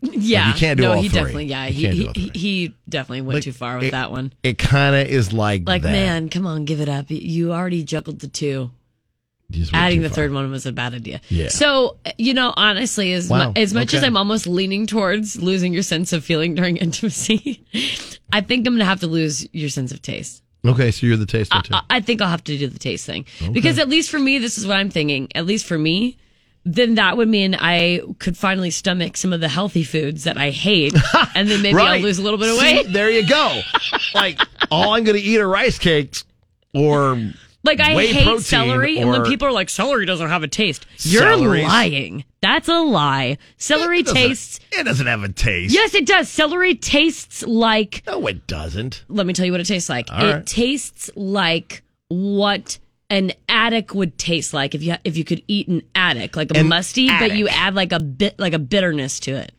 Speaker 4: yeah.
Speaker 14: you can't do
Speaker 4: no,
Speaker 14: all
Speaker 4: he
Speaker 14: three.
Speaker 4: definitely yeah,
Speaker 14: You
Speaker 4: he
Speaker 14: can't do
Speaker 4: he,
Speaker 14: all
Speaker 4: he, he definitely went too far with
Speaker 14: it-
Speaker 4: that one.
Speaker 14: It kind of is like
Speaker 4: Like,
Speaker 14: that.
Speaker 4: man, come on, give it up. You- You already juggled the two.
Speaker 14: You just went
Speaker 4: Adding
Speaker 14: too
Speaker 4: the
Speaker 14: far.
Speaker 4: third one was a bad idea.
Speaker 14: Yeah.
Speaker 4: So, you know, honestly, as,
Speaker 14: Wow,
Speaker 4: mu- as much as
Speaker 14: okay.
Speaker 4: I'm almost leaning towards losing your sense of feeling during intimacy, I think I'm going to have to lose your sense of taste.
Speaker 14: Okay, so you're the taster too.
Speaker 4: I, I think I'll have to do the taste thing because at least for me, this is what I'm thinking. At least for me, then that would mean I could finally stomach some of the healthy foods that I hate, and then maybe
Speaker 14: Right.
Speaker 4: I'll lose a little bit of
Speaker 14: See,
Speaker 4: weight.
Speaker 14: there you go. like all I'm going to eat are rice cakes or
Speaker 4: Like I
Speaker 14: whey
Speaker 4: hate
Speaker 14: protein
Speaker 4: celery, and when
Speaker 14: or-
Speaker 4: people are like, "Celery doesn't have a taste," you're
Speaker 14: Celery's-
Speaker 4: lying. That's a lie. Celery
Speaker 14: It doesn't-
Speaker 4: tastes.
Speaker 14: It doesn't have a taste.
Speaker 4: Yes, it does. Celery tastes like.
Speaker 14: No, it doesn't.
Speaker 4: Let me tell you what it tastes like.
Speaker 14: All
Speaker 4: it
Speaker 14: right.
Speaker 4: tastes like what an attic would taste like if you if you could eat an attic, like a
Speaker 14: An
Speaker 4: musty, but you add like a bit like a bitterness to it.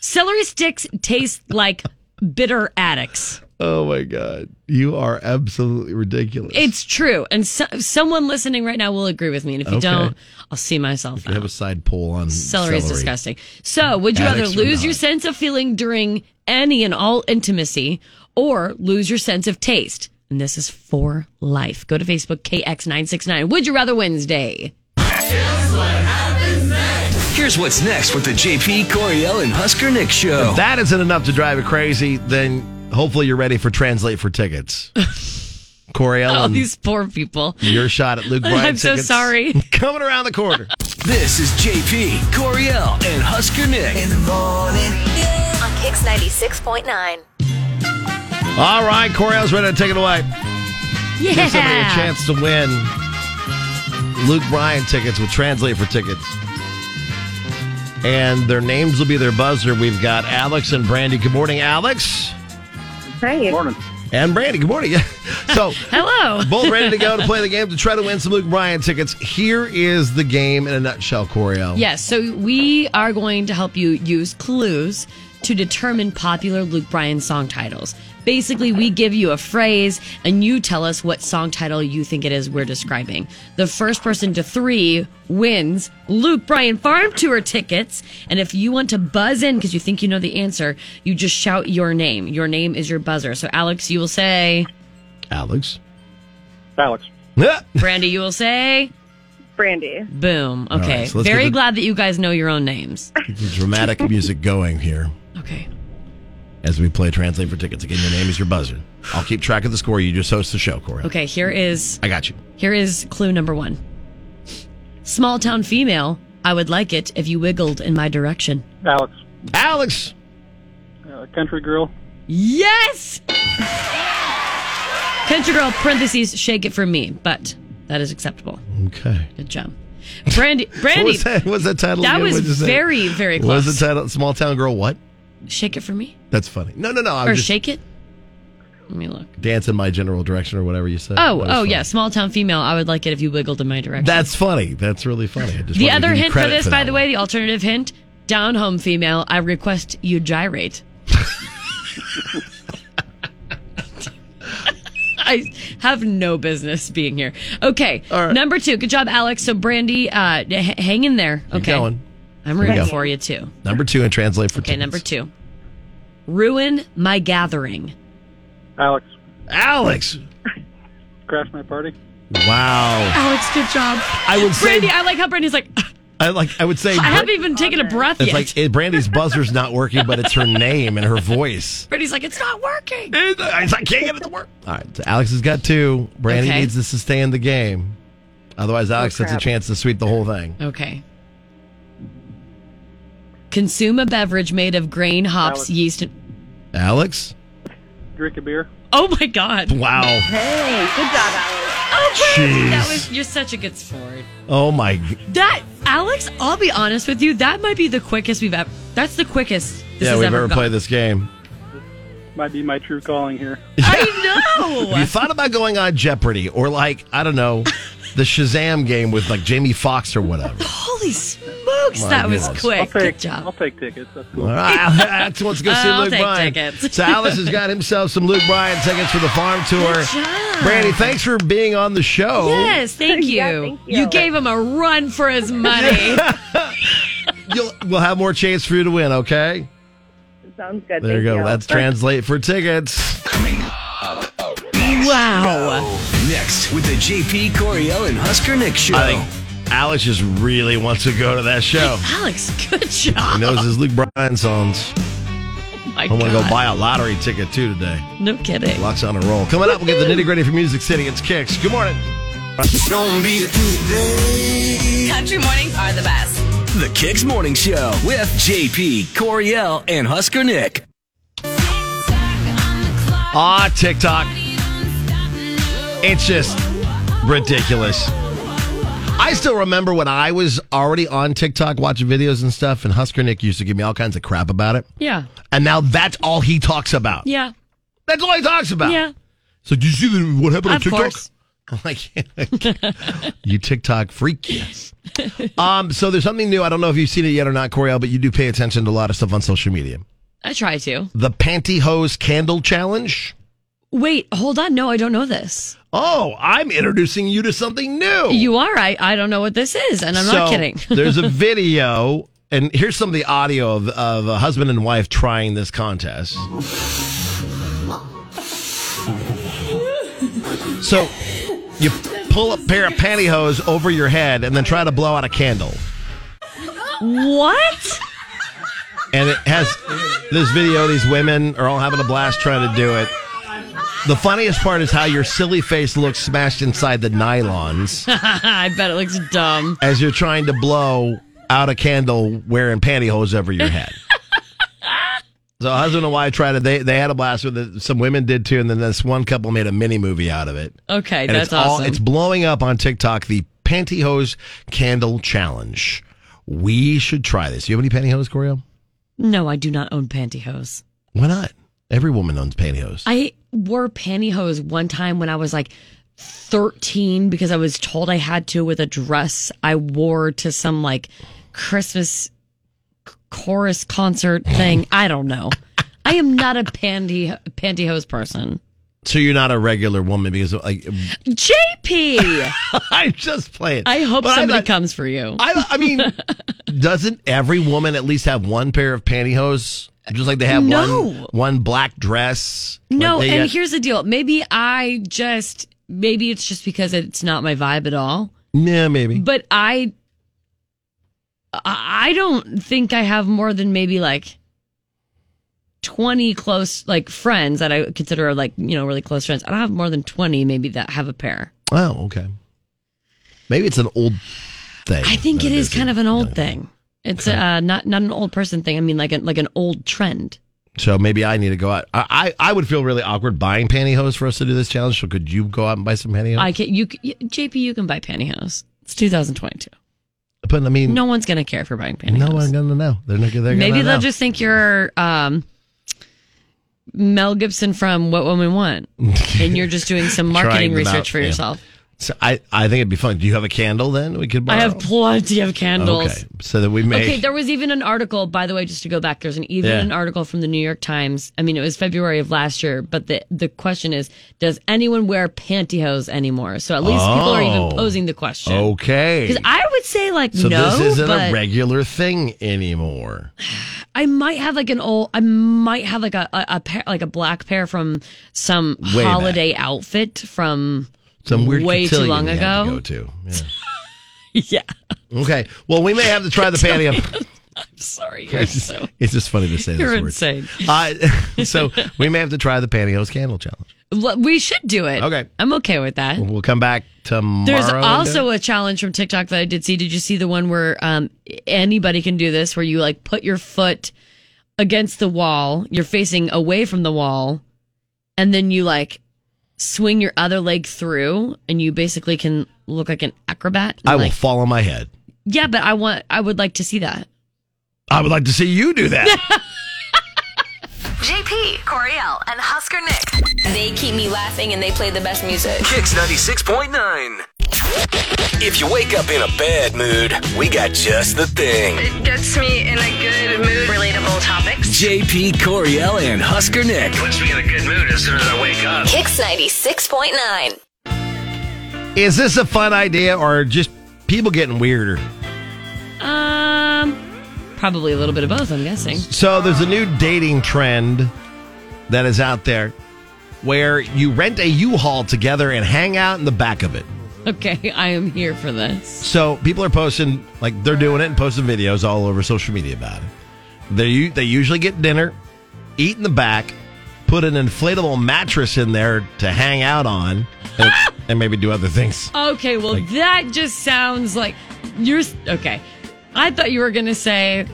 Speaker 4: Celery sticks taste like bitter attics.
Speaker 14: Oh my god, you are absolutely ridiculous.
Speaker 4: It's true, and so, someone listening right now will agree with me. And if you
Speaker 14: Okay.
Speaker 4: don't, I'll see myself.
Speaker 14: you have a side poll on
Speaker 4: Celery
Speaker 14: celery.
Speaker 4: is disgusting. So, would you rather
Speaker 14: Addicts or
Speaker 4: lose your
Speaker 14: not.
Speaker 4: sense of feeling during any and all intimacy or lose your sense of taste? And this is for life. Go to Facebook, KX969. Would you rather Wednesday?
Speaker 3: Here's what's next with the JP Coriel and Husker Nick show.
Speaker 14: If that isn't enough to drive you crazy, then hopefully you're ready for translate for tickets. Corey
Speaker 4: All
Speaker 14: Ellen,
Speaker 4: Oh, these poor people.
Speaker 14: your shot at Luke Bryan
Speaker 4: I'm so
Speaker 14: tickets.
Speaker 4: sorry.
Speaker 14: Coming around the corner.
Speaker 3: This is JP Coriel and Husker Nick. In the morning.
Speaker 5: On Kix 96.9.
Speaker 14: All right, Coriel's ready to take it away. Give somebody a chance to win Luke Bryan tickets with Translate for tickets. And their names will be their buzzer. We've got Alex and Brandy. Good morning, Alex.
Speaker 18: Hey.
Speaker 10: Morning.
Speaker 14: And Brandy, good morning. so,
Speaker 4: hello.
Speaker 14: both ready to go to play the game to try to win some Luke Bryan tickets. Here is the game in a nutshell, Coriel.
Speaker 4: Yes, so we are going to help you use clues to determine popular Luke Bryan song titles. Basically, we give you a phrase and you tell us what song title you think it is we're describing. The first person to three wins Luke Bryan Farm Tour tickets. And if you want to buzz in because you think you know the answer, you just shout your name. Your name is your buzzer. So, Alex, you will say,
Speaker 14: Alex.
Speaker 10: Alex.
Speaker 14: Yeah.
Speaker 4: Brandy, you will say,
Speaker 18: Brandy.
Speaker 4: Boom.
Speaker 14: All right,
Speaker 4: Okay.
Speaker 14: so let's
Speaker 4: Very
Speaker 14: get the-
Speaker 4: glad that you guys know your own names.
Speaker 14: Get the dramatic music going here.
Speaker 4: Okay.
Speaker 14: As we play Translate for tickets. Again, your name is your buzzer. I'll keep track of the score. You just host the show, Coriel.
Speaker 4: Okay, here is
Speaker 14: I got you.
Speaker 4: Here is clue number one. Small town female, I would like it if you wiggled in my direction.
Speaker 10: Alex.
Speaker 14: Alex.
Speaker 10: Uh, country girl.
Speaker 4: Yes! Country girl, parentheses, shake it from me, but that is acceptable.
Speaker 14: Okay.
Speaker 4: Good job. Brandy, Brandy,
Speaker 14: What was that, what was that title?
Speaker 4: That
Speaker 14: again?
Speaker 4: was
Speaker 14: What'd you say?
Speaker 4: very, very
Speaker 14: What was
Speaker 4: close.
Speaker 14: the title? Small Town Girl, what?
Speaker 4: shake it from me?
Speaker 14: That's funny. No, no, no. I
Speaker 4: or
Speaker 14: was just
Speaker 4: shake it? Let me look.
Speaker 14: dance in my general direction or whatever you said.
Speaker 4: Oh,
Speaker 14: That
Speaker 4: oh,
Speaker 14: was funny.
Speaker 4: yeah. Small town female, I would like it if you wiggled in my direction.
Speaker 14: That's funny. That's really funny. I just
Speaker 4: the
Speaker 14: wanted to
Speaker 4: other
Speaker 14: give you
Speaker 4: hint for
Speaker 14: credit
Speaker 4: this, by
Speaker 14: that
Speaker 4: the way, the alternative hint down home female, I request you gyrate. I have no business being here. Okay. Number two. Good job, Alex. So, Brandy, uh, h- hang in there.
Speaker 14: Keep
Speaker 4: okay.
Speaker 14: going.
Speaker 4: I'm
Speaker 14: Keep
Speaker 4: rooting
Speaker 14: going.
Speaker 4: for you, too.
Speaker 14: Number two and translate for
Speaker 4: Okay, number two. Ruin my gathering.
Speaker 10: Alex.
Speaker 14: Alex.
Speaker 10: Crash my party.
Speaker 14: Wow.
Speaker 4: Alex, good job.
Speaker 14: I would say-
Speaker 4: Brandy, I like how Brandy's like,
Speaker 14: I like. I would say
Speaker 4: I haven't even taken a breath
Speaker 14: it's
Speaker 4: yet.
Speaker 14: like eh, Brandy's buzzer's not working, but it's her name and her voice.
Speaker 4: Brandy's like, it's not working.
Speaker 14: I can't get it to work. All right, so Alex has got two. Brandy
Speaker 4: Okay.
Speaker 14: needs to sustain the game. Otherwise, Alex has a
Speaker 4: crap.
Speaker 14: chance to sweep the whole thing.
Speaker 4: Okay. Consume a beverage made of grain, hops,
Speaker 14: Alex.
Speaker 4: yeast, and
Speaker 14: Alex?
Speaker 6: Drink a beer.
Speaker 4: Oh my God!
Speaker 14: Wow.
Speaker 4: Hey, good job, Alex. Oh,
Speaker 14: Jeez.
Speaker 4: Jeez. that was you're such a good sport.
Speaker 14: Oh my. g-
Speaker 4: That Alex, I'll be honest with you, that might be the quickest we've ever. That's the quickest. This
Speaker 14: yeah,
Speaker 4: has
Speaker 14: we've ever
Speaker 4: gone.
Speaker 14: played this game.
Speaker 6: Might be my true calling here.
Speaker 4: I
Speaker 14: Have you thought about going on Jeopardy or like I don't know, the Shazam game with like Jamie Fox or whatever?
Speaker 4: Holy smokes,
Speaker 14: My
Speaker 4: that was
Speaker 14: goodness.
Speaker 4: quick.
Speaker 6: I'll take,
Speaker 4: Good job.
Speaker 6: I'll take tickets. That's cool.
Speaker 14: All right, Alex wants to go see
Speaker 4: I'll
Speaker 14: Luke
Speaker 4: take
Speaker 14: Bryan.
Speaker 4: tickets.
Speaker 14: So Alice has got himself some Luke Bryan tickets for the farm tour.
Speaker 4: Good job.
Speaker 14: Brandy, thanks for being on the show.
Speaker 4: Yes, thank you. you. gave him a run for his money.
Speaker 14: You'll, we'll have more chance for you to win. Okay.
Speaker 18: Sounds good.
Speaker 14: There you
Speaker 18: Thank
Speaker 14: go. That's translate for tickets.
Speaker 4: Wow.
Speaker 3: Next with the JP Coriel and Husker Nick show.
Speaker 14: I think Alex just really wants to go to that show.
Speaker 4: Alex, good
Speaker 14: He
Speaker 4: job.
Speaker 14: knows his Luke Bryan songs.
Speaker 4: My
Speaker 14: I want to go
Speaker 4: God.
Speaker 14: buy a lottery ticket too today.
Speaker 4: No kidding.
Speaker 14: Locks on a roll. Coming up, we'll get the nitty gritty for Music City. It's Kicks. Good morning.
Speaker 3: Don't be
Speaker 5: Country mornings are the best.
Speaker 3: the Kicks Morning Show with JP Coriel and Husker Nick.
Speaker 14: Ah, TikTok. It's just ridiculous. I still remember when I was already on TikTok watching videos and stuff, and Husker Nick used to give me all kinds of crap about it.
Speaker 4: Yeah.
Speaker 14: And now that's all he talks about.
Speaker 4: Yeah.
Speaker 14: That's all he talks about.
Speaker 4: Yeah.
Speaker 14: So, did you see the, what happened on
Speaker 4: Of
Speaker 14: TikTok?
Speaker 4: course.
Speaker 14: I'm like, you TikTok freak. you. um, so there's something new. I don't know if you've seen it yet or not, Coriel, but you do pay attention to a lot of stuff on social media.
Speaker 4: I try to.
Speaker 14: The pantyhose candle challenge.
Speaker 4: Wait, hold on. No, I don't know this.
Speaker 14: Oh, I'm introducing you to something new.
Speaker 4: You are. I, I don't know what this is, and I'm
Speaker 14: So,
Speaker 4: not kidding.
Speaker 14: there's a video, and here's some of the audio of, of a husband and wife trying this contest. So you pull a pair of pantyhose over your head and then try to blow out a candle.
Speaker 4: what?
Speaker 14: And it has this video, these women are all having a blast trying to do it. The funniest part is how your silly face looks smashed inside the nylons.
Speaker 4: I bet it looks dumb.
Speaker 14: as you're trying to blow out a candle wearing pantyhose over your head. so husband and wife tried it. They they had a blast with it. Some women did too, and then this one couple made a mini movie out of it.
Speaker 4: Okay,
Speaker 14: and
Speaker 4: that's
Speaker 14: it's all-
Speaker 4: awesome.
Speaker 14: it's blowing up on TikTok. The pantyhose candle challenge. We should try this. You have any pantyhose, Corio?
Speaker 4: no, I do not own pantyhose.
Speaker 14: Why not? Every woman owns pantyhose.
Speaker 4: I wore pantyhose one time when I was like 13 because I was told I had to with a dress I wore to some like Christmas c- chorus concert thing. I don't know. I am not a panty pantyhose person.
Speaker 14: So you're not a regular woman because like
Speaker 4: JP,
Speaker 14: I just play it.
Speaker 4: I hope
Speaker 14: But I
Speaker 4: somebody
Speaker 14: thought-
Speaker 4: comes for you.
Speaker 14: I, I mean, doesn't every woman at least have one pair of pantyhose? Just like they have one
Speaker 4: No.
Speaker 14: one black dress. Like
Speaker 4: no,
Speaker 14: they
Speaker 4: and
Speaker 14: got-
Speaker 4: here's the deal. Maybe I just maybe it's just because it's not my vibe at all.
Speaker 14: yeah, maybe.
Speaker 4: But I, I I don't think I have more than maybe like twenty close like friends that I consider like you know really close friends. I don't have more than twenty maybe that have a pair.
Speaker 14: Oh, okay. Maybe it's an old thing.
Speaker 4: I think
Speaker 14: that
Speaker 4: it is
Speaker 14: isn't.
Speaker 4: kind of an old thing. It's uh, not not an old person thing. I mean like an, like an old trend.
Speaker 14: So maybe I need to go out. I, I I would feel really awkward buying pantyhose for us to do this challenge. So could you go out and buy some pantyhose?
Speaker 4: I can you c- JP you can buy pantyhose. It's 2022.
Speaker 14: but I mean,
Speaker 4: No one's gonna care for buying pantyhose.
Speaker 14: no one's gonna know. They're not. They're gonna
Speaker 4: Maybe they'll
Speaker 14: know.
Speaker 4: just think you're um, Mel Gibson from What Women Want, and you're just doing some
Speaker 14: Trying
Speaker 4: marketing
Speaker 14: them
Speaker 4: research
Speaker 14: out,
Speaker 4: for
Speaker 14: yeah.
Speaker 4: yourself.
Speaker 14: So I I think it'd be fun. Do you have a candle? Then we could. Borrow?
Speaker 4: I have plenty of candles.
Speaker 14: Okay, so that we may.
Speaker 4: Okay, there was even an article, by the way, just to go back, there's an even
Speaker 14: Yeah.
Speaker 4: an article from the New York Times. I mean, it was February of last year, but the the question is, does anyone wear pantyhose anymore? So at least people are
Speaker 14: Oh.
Speaker 4: even posing the question.
Speaker 14: Okay.
Speaker 4: Because I would say like
Speaker 14: So
Speaker 4: no,
Speaker 14: this isn't
Speaker 4: but
Speaker 14: a regular thing anymore.
Speaker 4: I might have like an old, I might have like a, a, a pair, like a black pair from some
Speaker 14: Way back.
Speaker 4: holiday outfit from
Speaker 14: Some weird
Speaker 4: way too
Speaker 14: cotillion
Speaker 4: long
Speaker 14: you had
Speaker 4: ago.
Speaker 14: To go to.
Speaker 4: Yeah.
Speaker 14: Yeah. Okay. Well, we may have to try the pantyhose.
Speaker 4: I'm sorry. You're
Speaker 14: It's just,
Speaker 4: so,
Speaker 14: it's just funny to say
Speaker 4: you're
Speaker 14: this word.
Speaker 4: insane.
Speaker 14: Uh, so we may have to try the pantyhose candle challenge.
Speaker 4: Well, we should do it.
Speaker 14: Okay.
Speaker 4: I'm okay with that.
Speaker 14: We'll come back tomorrow.
Speaker 4: There's
Speaker 14: and do
Speaker 4: also
Speaker 14: it.
Speaker 4: a challenge from TikTok that I did see. Did you see the one where um, anybody can do this, where you like put your foot against the wall, you're facing away from the wall, and then you like swing your other leg through, and you basically can look like an acrobat.
Speaker 14: I
Speaker 4: Like,
Speaker 14: will fall on my head.
Speaker 4: yeah, but I want, I would like to see that.
Speaker 14: I would like to see you do that.
Speaker 5: JP, Coriel, and Husker Nick. They keep me laughing and they play the best music.
Speaker 3: Kicks 96.9. If you wake up in a bad mood, we got just the thing.
Speaker 5: It gets me in a good mood. Relatable topics.
Speaker 3: JP Coriel and Husker Nick. Puts me in a good mood as soon as I wake up.
Speaker 5: Kicks 96.9.
Speaker 14: Is this a fun idea or just people getting weirder?
Speaker 4: Um, probably a little bit of both. I'm guessing.
Speaker 14: So there's a new dating trend that is out there where you rent a U-Haul together and hang out in the back of it.
Speaker 4: Okay, I am here for this.
Speaker 14: So people are posting like they're doing it and posting videos all over social media about it. They u- they usually get dinner, eat in the back, put an inflatable mattress in there to hang out on, and, and maybe do other things.
Speaker 4: Okay, well,
Speaker 14: Like-
Speaker 4: that just sounds like you're s- okay. I thought you were gonna say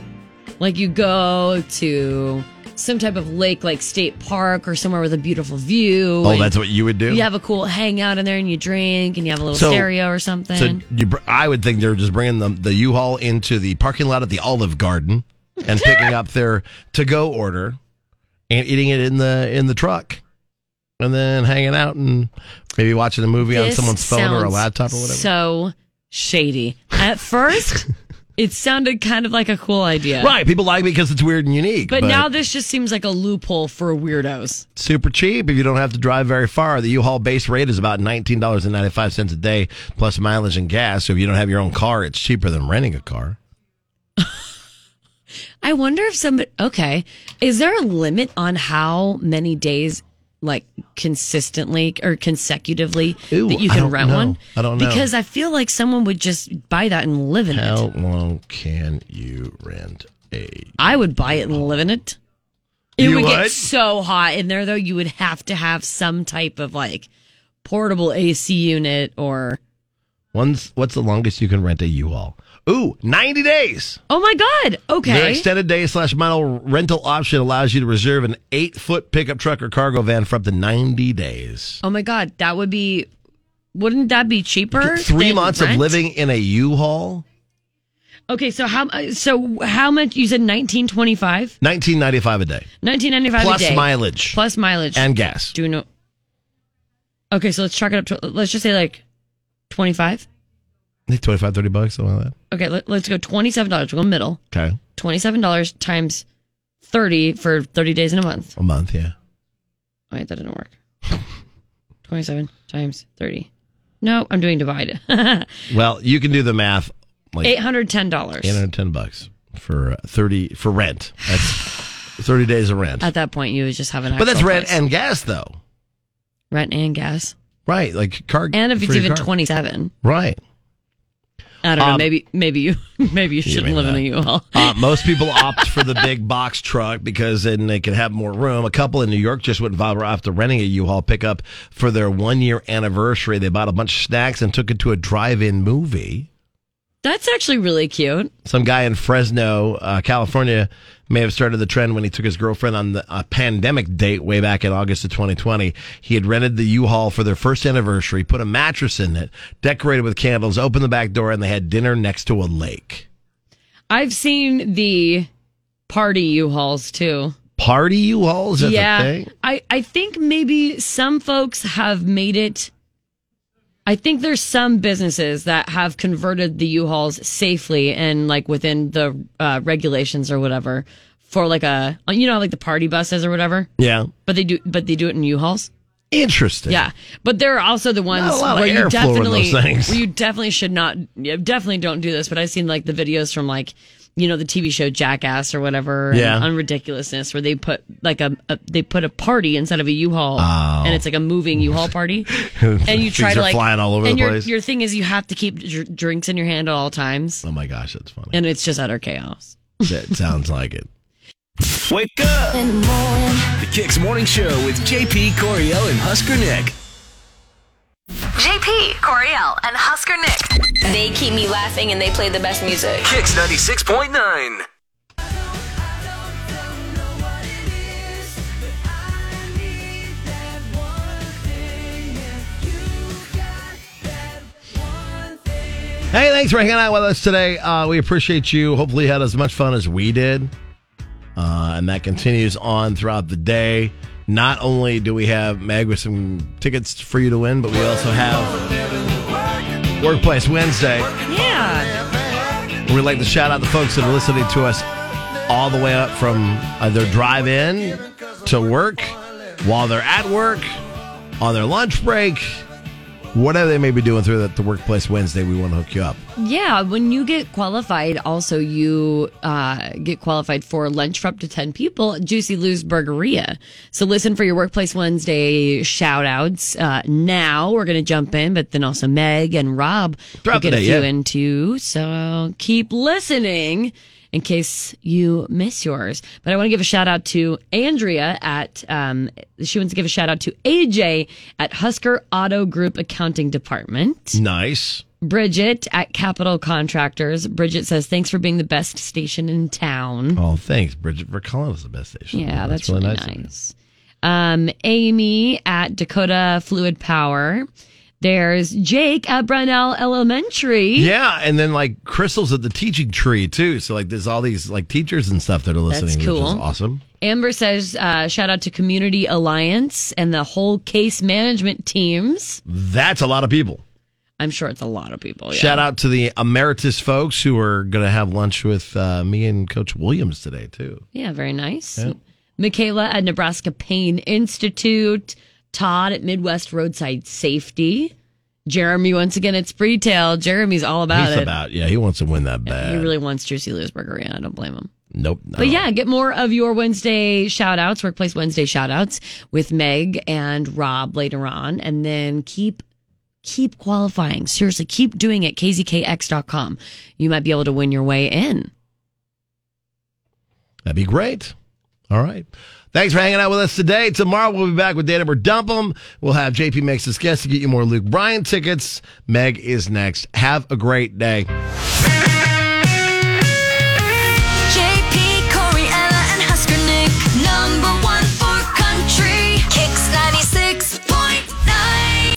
Speaker 4: like you go to some type of lake, like state park or somewhere with a beautiful view.
Speaker 14: Oh,
Speaker 4: and
Speaker 14: that's what you would do.
Speaker 4: You have a cool hangout in there, and you drink, and you have a little
Speaker 14: So-
Speaker 4: stereo or something.
Speaker 14: So you, br- I would think they're just bringing the, the U-Haul into the parking lot at the Olive Garden and picking up their to-go order and eating it in the in the truck, and then hanging out and maybe watching a movie on
Speaker 4: This
Speaker 14: someone's phone or a
Speaker 4: sounds
Speaker 14: laptop or whatever.
Speaker 4: So shady. At first, it sounded kind of like a cool idea,
Speaker 14: Right, people like it because it's weird and unique.
Speaker 4: But, now this just seems like a loophole for weirdos.
Speaker 14: super cheap if you don't have to drive very far. The U-Haul base rate is about nineteen dollars and ninety-five cents a day plus mileage and gas. So if you don't have your own car, it's cheaper than renting a car.
Speaker 4: I wonder if somebody. Okay, is there a limit on how many days, like consistently or consecutively,
Speaker 14: Ooh,
Speaker 4: that you
Speaker 14: I
Speaker 4: can
Speaker 14: don't
Speaker 4: rent
Speaker 14: know.
Speaker 4: one?
Speaker 14: I don't know.
Speaker 4: because I feel like someone would just buy that and live in it.
Speaker 14: How long can you rent a?
Speaker 4: I would buy it and live in it. It
Speaker 14: You
Speaker 4: would get
Speaker 14: would?
Speaker 4: so hot in there, though. You would have to have some type of like portable AC unit or.
Speaker 14: One's what's the longest you can rent a U-Haul? Ooh, ninety days.
Speaker 4: Oh my God!
Speaker 14: Their
Speaker 4: Okay,
Speaker 14: extended day slash mile rental option allows you to reserve an eight foot pickup truck or cargo van for up to ninety days.
Speaker 4: Oh my god, that would be wouldn't that be cheaper?
Speaker 14: Three
Speaker 4: than
Speaker 14: months of
Speaker 4: rent?
Speaker 14: living in a U-Haul,
Speaker 4: Okay, so how so how much you said 1925?
Speaker 14: nineteen ninety five a day,
Speaker 4: 1995
Speaker 14: plus
Speaker 4: a day.
Speaker 14: mileage
Speaker 4: Plus mileage.
Speaker 14: and gas.
Speaker 4: do you know Okay, so let's chalk it up to let's just say like 25.
Speaker 14: I think 25, 30 bucks, something like that.
Speaker 4: Okay, let, let's go $27. We'll go middle.
Speaker 14: Okay.
Speaker 4: $27 times 30 for 30 days in a month. Oh,
Speaker 14: A month, yeah.
Speaker 4: Wait, that didn't work. 27 times 30. No, I'm doing divide. $810.
Speaker 14: Well, you can do the math like eight hundred ten bucks for uh, thirty for rent. That's thirty days of rent.
Speaker 4: At that point, you would just have an
Speaker 14: But that's
Speaker 4: actual
Speaker 14: rent
Speaker 4: place.
Speaker 14: and gas though.
Speaker 4: rent and gas.
Speaker 14: Right. Like car
Speaker 4: And if
Speaker 14: for
Speaker 4: it's
Speaker 14: your
Speaker 4: even
Speaker 14: car.
Speaker 4: 27.
Speaker 14: Right.
Speaker 4: I don't know.
Speaker 14: Um,
Speaker 4: Maybe maybe you maybe you shouldn't
Speaker 14: may
Speaker 4: live in a
Speaker 14: not.
Speaker 4: U-Haul.
Speaker 14: Uh, most people opt for the big box truck because then they can have more room. A couple in New York just went viral after renting a U-Haul pickup for their one year anniversary. They bought a bunch of snacks and took it to a drive in movie.
Speaker 4: That's actually really cute.
Speaker 14: some guy in Fresno, uh, California, may have started the trend when he took his girlfriend on the uh, pandemic date way back in August of 2020. He had rented the U-Haul for their first anniversary, put a mattress in it, decorated with candles, opened the back door, and they had dinner next to a lake.
Speaker 4: I've seen the party U-Hauls too.
Speaker 14: Party U-Haul is that
Speaker 4: yeah,
Speaker 14: the thing?
Speaker 4: I I think maybe some folks have made it. I think there's some businesses that have converted the U-Hauls safely and like within the uh, regulations or whatever for like a you know like the party buses or whatever.
Speaker 14: Yeah,
Speaker 4: But they do but they do it in U-Hauls.
Speaker 14: interesting.
Speaker 4: Yeah, but there are also the ones
Speaker 14: Not a lot of
Speaker 4: where you
Speaker 14: airflow in
Speaker 4: definitely
Speaker 14: those things.
Speaker 4: where you definitely should not, yeah, definitely don't do this. But I've seen like the videos from like you know the TV show Jackass or whatever, and
Speaker 14: Yeah.
Speaker 4: on ridiculousness where they put like a, a they put a party instead of a U-Haul,
Speaker 14: Oh.
Speaker 4: and it's like a moving U-Haul party, and you
Speaker 14: Things
Speaker 4: try to
Speaker 14: are
Speaker 4: like
Speaker 14: flying all over
Speaker 4: and
Speaker 14: the
Speaker 4: your,
Speaker 14: place.
Speaker 4: Your thing is you have to keep dr- drinks in your hand at all times.
Speaker 14: Oh my gosh, that's funny.
Speaker 4: And it's just utter chaos.
Speaker 14: That sounds like it.
Speaker 3: Wake up! In the morning. The Kicks Morning Show with JP Coriel and Husker Nick.
Speaker 5: JP, Coriel, and Husker Nick. They keep me laughing and they play the best music.
Speaker 3: Kicks 96.9.
Speaker 14: Hey, thanks for hanging out with us today. Uh, we appreciate you. Hopefully, you had as much fun as we did. Uh, and that continues on throughout the day. Not only do we have Meg with some tickets for you to win, but we also have Workplace Wednesday. We'd like to shout out the folks that are listening to us all the way up from uh, their drive in to work, while they're at work, on their lunch break, whatever they may be doing through the, the workplace Wednesday. We want to hook you up.
Speaker 4: Yeah, when you get qualified, also you uh, get qualified for lunch for up to 10 people at Juicy Lou's Burgeria. So listen for your Workplace Wednesday shout outs. Uh, now we're going to jump in, but then also Meg and Rob will
Speaker 14: Throughout the
Speaker 4: get a
Speaker 14: day,
Speaker 4: few
Speaker 14: yeah.
Speaker 4: in too. So keep listening in case you miss yours. But I want to give a shout out to Andrea at, um, she wants to give a shout out to AJ at Husker Auto Group Accounting Department.
Speaker 14: Nice.
Speaker 4: Bridget at Capital Contractors. Bridget says, "Thanks for being the best station in town."
Speaker 14: Oh, thanks, Bridget, for calling us the best station.
Speaker 4: Yeah, that's, really, nice. Um, Amy at Dakota Fluid Power. There's Jake at Brunel Elementary.
Speaker 14: Yeah, and then like crystals at the teaching tree too. So like there's all these like teachers and stuff that are
Speaker 4: That's
Speaker 14: listening,
Speaker 4: cool.
Speaker 14: which is awesome.
Speaker 4: Amber says, uh, "Shout out to Community Alliance and the whole case management teams."
Speaker 14: That's a lot of people.
Speaker 4: I'm sure it's a lot of people. Oh, yeah.
Speaker 14: Shout out to the emeritus folks who are going to have lunch with uh, me and Coach Williams today too.
Speaker 4: Yeah, very nice.
Speaker 14: Yeah.
Speaker 4: Michaela at Nebraska Pain Institute, Todd at Midwest Roadside Safety, Jeremy once again at Spreetail. Jeremy's all about
Speaker 14: He's
Speaker 4: it.
Speaker 14: about yeah. He wants to win that Oh. bad.
Speaker 4: he really wants Juicy Lou's Burgeria. I don't blame him.
Speaker 14: nope. I
Speaker 4: But
Speaker 14: don't-
Speaker 4: yeah, get more of your Wednesday shout outs, Workplace Wednesday shout outs with Meg and Rob later on. And then keep keep qualifying. Seriously, keep doing it. KZKX.com. You might be able to win your way in.
Speaker 14: that'd be great. All right. Thanks for hanging out with us today. Tomorrow we'll be back with Dana or Dump 'Em. We'll have JP makes his guest to get you more Luke Bryan tickets. Meg is next. Have a great day.